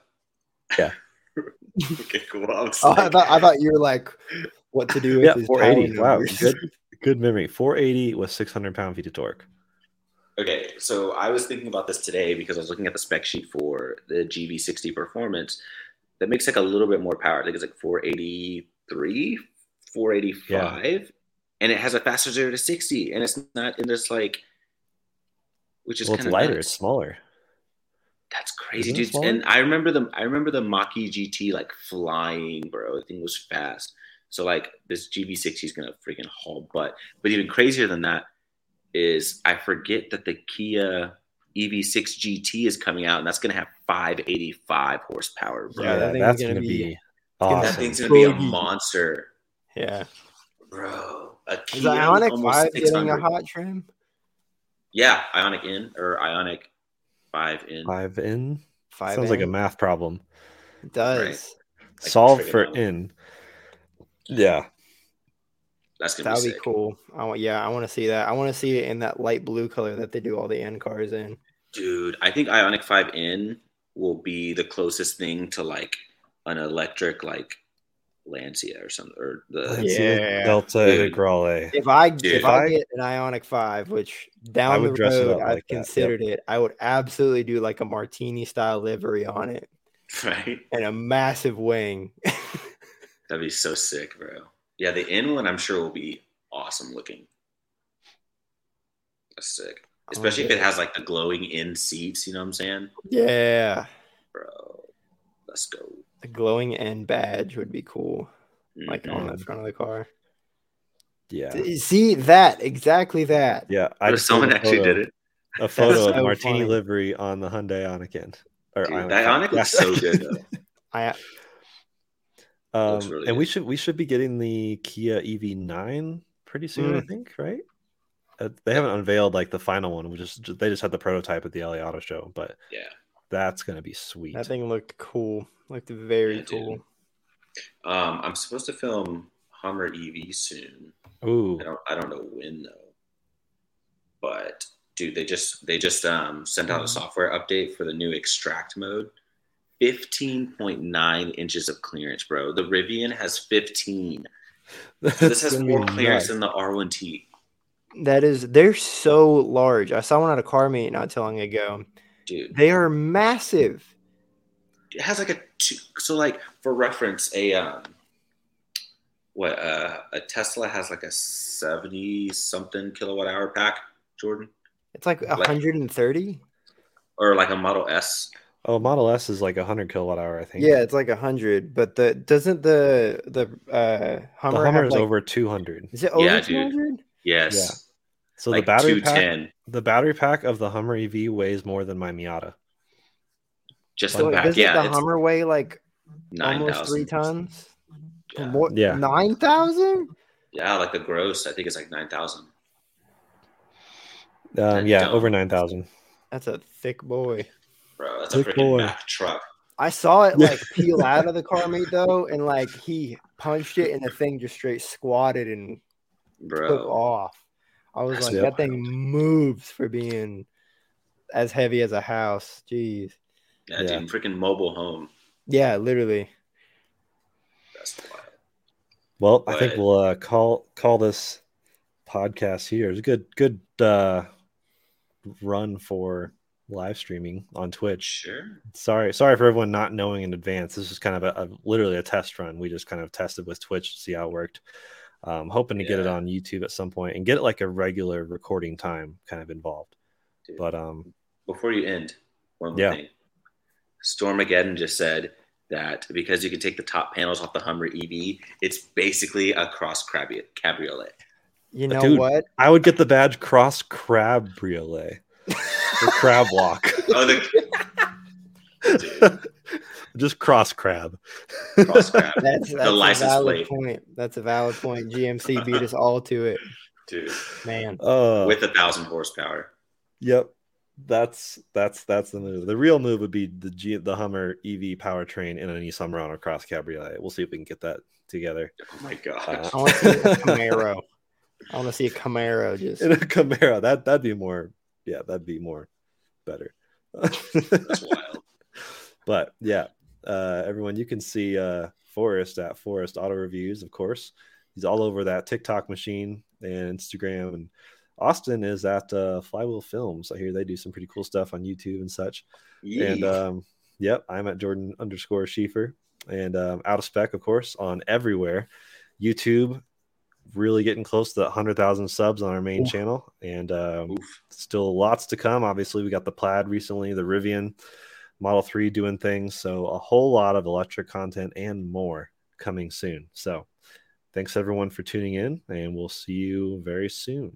Speaker 3: Yeah.
Speaker 4: okay, cool. I was
Speaker 5: Oh, I
Speaker 4: like-
Speaker 5: thought I thought you were like what to do with
Speaker 3: Yeah,
Speaker 5: his
Speaker 3: 480.
Speaker 5: power
Speaker 3: Wow,
Speaker 5: numbers.
Speaker 3: good, good memory. 480 with 600 pound feet of torque.
Speaker 4: Okay, so I was thinking about this today because I was looking at the spec sheet for the GV60 performance, that makes like a little bit more power. I think it's like 483, 485, and it has a faster zero to 60, and it's not, and it's like, which is
Speaker 3: well, it's
Speaker 4: kind of
Speaker 3: lighter.
Speaker 4: nuts.
Speaker 3: It's smaller.
Speaker 4: That's crazy,
Speaker 3: Isn't it
Speaker 4: dude.
Speaker 3: smaller?
Speaker 4: And I remember the I remember the Maki GT like flying, bro. The thing was fast. So like this GV60 is gonna freaking haul butt. But even crazier than that is I forget that the Kia E EV6 GT is coming out, and that's gonna have 585 horsepower, bro.
Speaker 5: Yeah, that thing's
Speaker 3: that's
Speaker 5: gonna
Speaker 3: going to be,
Speaker 5: be-
Speaker 3: awesome.
Speaker 4: That thing's gonna be a
Speaker 5: Boogie.
Speaker 4: monster,
Speaker 5: Yeah.
Speaker 4: bro. A Kia
Speaker 5: Is the Ionic
Speaker 4: almost
Speaker 5: 5 getting a
Speaker 4: 600.
Speaker 5: hot trim?
Speaker 4: Yeah, Ionic in or Ionic five in.
Speaker 3: Five in.
Speaker 5: 5
Speaker 3: Sounds like a
Speaker 5: in?
Speaker 3: math problem.
Speaker 5: It does.
Speaker 4: Right. Like
Speaker 3: Solve for
Speaker 4: trigonometry.
Speaker 3: in. Yeah.
Speaker 4: That's gonna
Speaker 5: That'd
Speaker 4: be
Speaker 5: be
Speaker 4: sick.
Speaker 5: cool. I want, yeah, I want to see that. I want to see it in that light blue color that they do all the end cars in.
Speaker 4: Dude, I think Ionic 5 N will be the closest thing to like an electric like Lancia or something or the
Speaker 3: Let's see the
Speaker 5: Yeah.
Speaker 3: Delta
Speaker 4: Dude.
Speaker 3: Integrale.
Speaker 5: If I
Speaker 4: Dude.
Speaker 5: if I
Speaker 3: I-
Speaker 5: get an Ionic Five, which
Speaker 3: I
Speaker 5: down the
Speaker 3: would dress it up
Speaker 5: road I've
Speaker 3: like that, yep.
Speaker 5: considered it, I would absolutely do like a martini style livery on it
Speaker 4: right.
Speaker 5: and a massive wing.
Speaker 4: That'd be so sick, bro. Yeah, the N one I'm sure will be awesome looking. That's sick. Especially if it
Speaker 5: Oh, yeah.
Speaker 4: has like the glowing in seats, you know what I'm saying?
Speaker 5: yeah,
Speaker 4: Bro, let's go.
Speaker 5: the glowing end badge would be cool, like
Speaker 4: Mm-hmm.
Speaker 5: on the
Speaker 3: Mhm.
Speaker 5: front of the car.
Speaker 3: Yeah.
Speaker 5: D- See that exactly that.
Speaker 3: Yeah.
Speaker 4: I
Speaker 3: just
Speaker 4: someone
Speaker 3: did a
Speaker 4: actually
Speaker 3: photo-
Speaker 4: did it.
Speaker 3: A photo of
Speaker 5: so
Speaker 3: Martini
Speaker 5: funny.
Speaker 3: livery on the Hyundai Ionic end. Or
Speaker 4: Dude,
Speaker 3: Ioniq
Speaker 4: that Ionic
Speaker 3: five.
Speaker 4: looks so good though.
Speaker 5: I
Speaker 3: Um,
Speaker 4: Looks really
Speaker 3: and we
Speaker 4: good.
Speaker 3: should we should be getting the Kia EV9 pretty soon,
Speaker 4: Mm.
Speaker 3: I think. Right? Uh, they haven't unveiled like the final one. Which is they just had the prototype at the LA Auto Show, but
Speaker 4: Yeah.
Speaker 3: that's gonna be sweet.
Speaker 5: that thing looked cool. Looked very
Speaker 4: Yeah, dude.
Speaker 5: cool.
Speaker 4: Um, I'm supposed to film Hummer EV soon.
Speaker 3: Ooh,
Speaker 4: I don't I don't know when though. But dude, they just they just um, sent out a
Speaker 3: Mm-hmm.
Speaker 4: software update for the new extract mode. 15.9 inches of clearance, bro. The Rivian has 15. So this has
Speaker 3: That's
Speaker 4: more
Speaker 3: gonna be
Speaker 4: clearance
Speaker 3: nuts.
Speaker 4: than the R1T.
Speaker 5: That is, they're so large. I saw one at a car meet not too long ago.
Speaker 4: Dude,
Speaker 5: They are massive.
Speaker 4: it has like a two, so like for reference, a um what uh, a Tesla has like a 70 something kilowatt hour pack, Jordan,
Speaker 5: It's like
Speaker 4: Like-
Speaker 5: 130.
Speaker 4: or like a Model S
Speaker 3: Oh, Model S is like 100 kilowatt hour, I think.
Speaker 5: Yeah, it's like 100. But the doesn't the the uh
Speaker 3: the
Speaker 5: Hummer,
Speaker 3: Hummer,
Speaker 5: have,
Speaker 3: is
Speaker 5: like-
Speaker 3: over 200.
Speaker 5: Is it over
Speaker 4: Yeah, dude.
Speaker 5: 200?
Speaker 4: Yes.
Speaker 3: So
Speaker 4: like
Speaker 3: the battery pack,
Speaker 4: 210.
Speaker 3: the battery pack of the Hummer EV weighs more than my Miata.
Speaker 4: Just
Speaker 3: So
Speaker 4: the
Speaker 5: Like,
Speaker 4: back.
Speaker 5: doesn't
Speaker 4: Yeah,
Speaker 5: the
Speaker 4: it's
Speaker 5: Hummer weigh like
Speaker 4: 9,000.
Speaker 5: almost three tons?
Speaker 4: Yeah.
Speaker 5: More,
Speaker 3: Yeah.
Speaker 5: 9,000?
Speaker 4: Yeah, like the gross, I think it's like 9,000.
Speaker 3: Um, yeah,
Speaker 4: dumb.
Speaker 3: over 9,000.
Speaker 5: That's a thick boy.
Speaker 4: Bro, that's a
Speaker 3: Good
Speaker 4: freaking
Speaker 3: boy.
Speaker 4: Mack truck.
Speaker 5: I saw it like peel out of the car meet though, and like he punched it, and the thing just straight squatted and took
Speaker 4: Bro.
Speaker 5: off. I was
Speaker 4: That's
Speaker 5: like,
Speaker 3: wild.
Speaker 5: that thing moves for being as heavy as a house. Jeez.
Speaker 4: Yeah,
Speaker 3: Yeah.
Speaker 4: dude, freaking mobile home.
Speaker 5: Yeah, literally.
Speaker 4: That's wild.
Speaker 3: Well, I think
Speaker 4: But-
Speaker 3: we'll uh, call call this podcast here. It's a good good uh, run for live streaming on Twitch.
Speaker 4: Sure.
Speaker 3: Sorry, sorry for everyone not knowing in advance. This is kind of a, a literally a test run. We just kind of tested with Twitch to see how it worked. Um, hoping to get it
Speaker 4: Yeah.
Speaker 3: on YouTube at some point and get it like a regular recording time kind of involved.
Speaker 4: Dude.
Speaker 3: But um,
Speaker 4: Before you end, one more
Speaker 3: Yeah.
Speaker 4: thing. Stormageddon just said that because you can take the top panels off the Hummer EV, it's basically a cross crabby- cabriolet.
Speaker 5: You know
Speaker 3: Dude.
Speaker 5: what?
Speaker 3: I would get the badge cross crab briolet, the crab walk,
Speaker 4: Oh, the
Speaker 3: just cross crab.
Speaker 4: cross crab.
Speaker 5: That's, that's a
Speaker 4: license
Speaker 5: valid
Speaker 4: plate.
Speaker 5: point. That's a valid point. GMC beat us all to it,
Speaker 4: Dude,
Speaker 5: man.
Speaker 3: Uh,
Speaker 4: with a thousand horsepower.
Speaker 3: Yep. That's that's that's the move. The real move would be the G, the Hummer EV powertrain in a Nissan Murano Cross Cabriolet. We'll see if we can get that together.
Speaker 4: Oh my gosh.
Speaker 3: Uh,
Speaker 5: I want to see a Camaro. I want to see a Camaro just
Speaker 3: In a Camaro, that that'd be more. Yeah, that'd be more better.
Speaker 4: That's wild.
Speaker 3: but yeah, uh, everyone, you can see uh, Forrest at Forrest Auto Reviews, of course. He's all over that TikTok machine and Instagram. And Austin is at uh, Flywheel Films. I hear they do some pretty cool stuff on YouTube and such. And
Speaker 4: Yeesh.
Speaker 3: um, Yep, I'm at Jordan underscore Schieffer and um, out of spec, of course, on everywhere. YouTube, really getting close to that 100,000 subs on our main channel, and um, still lots to come. Obviously, we got the plaid recently, the Rivian Model 3 doing things. So, a whole lot of electric content and more coming soon. So, thanks everyone for tuning in, and we'll see you very soon.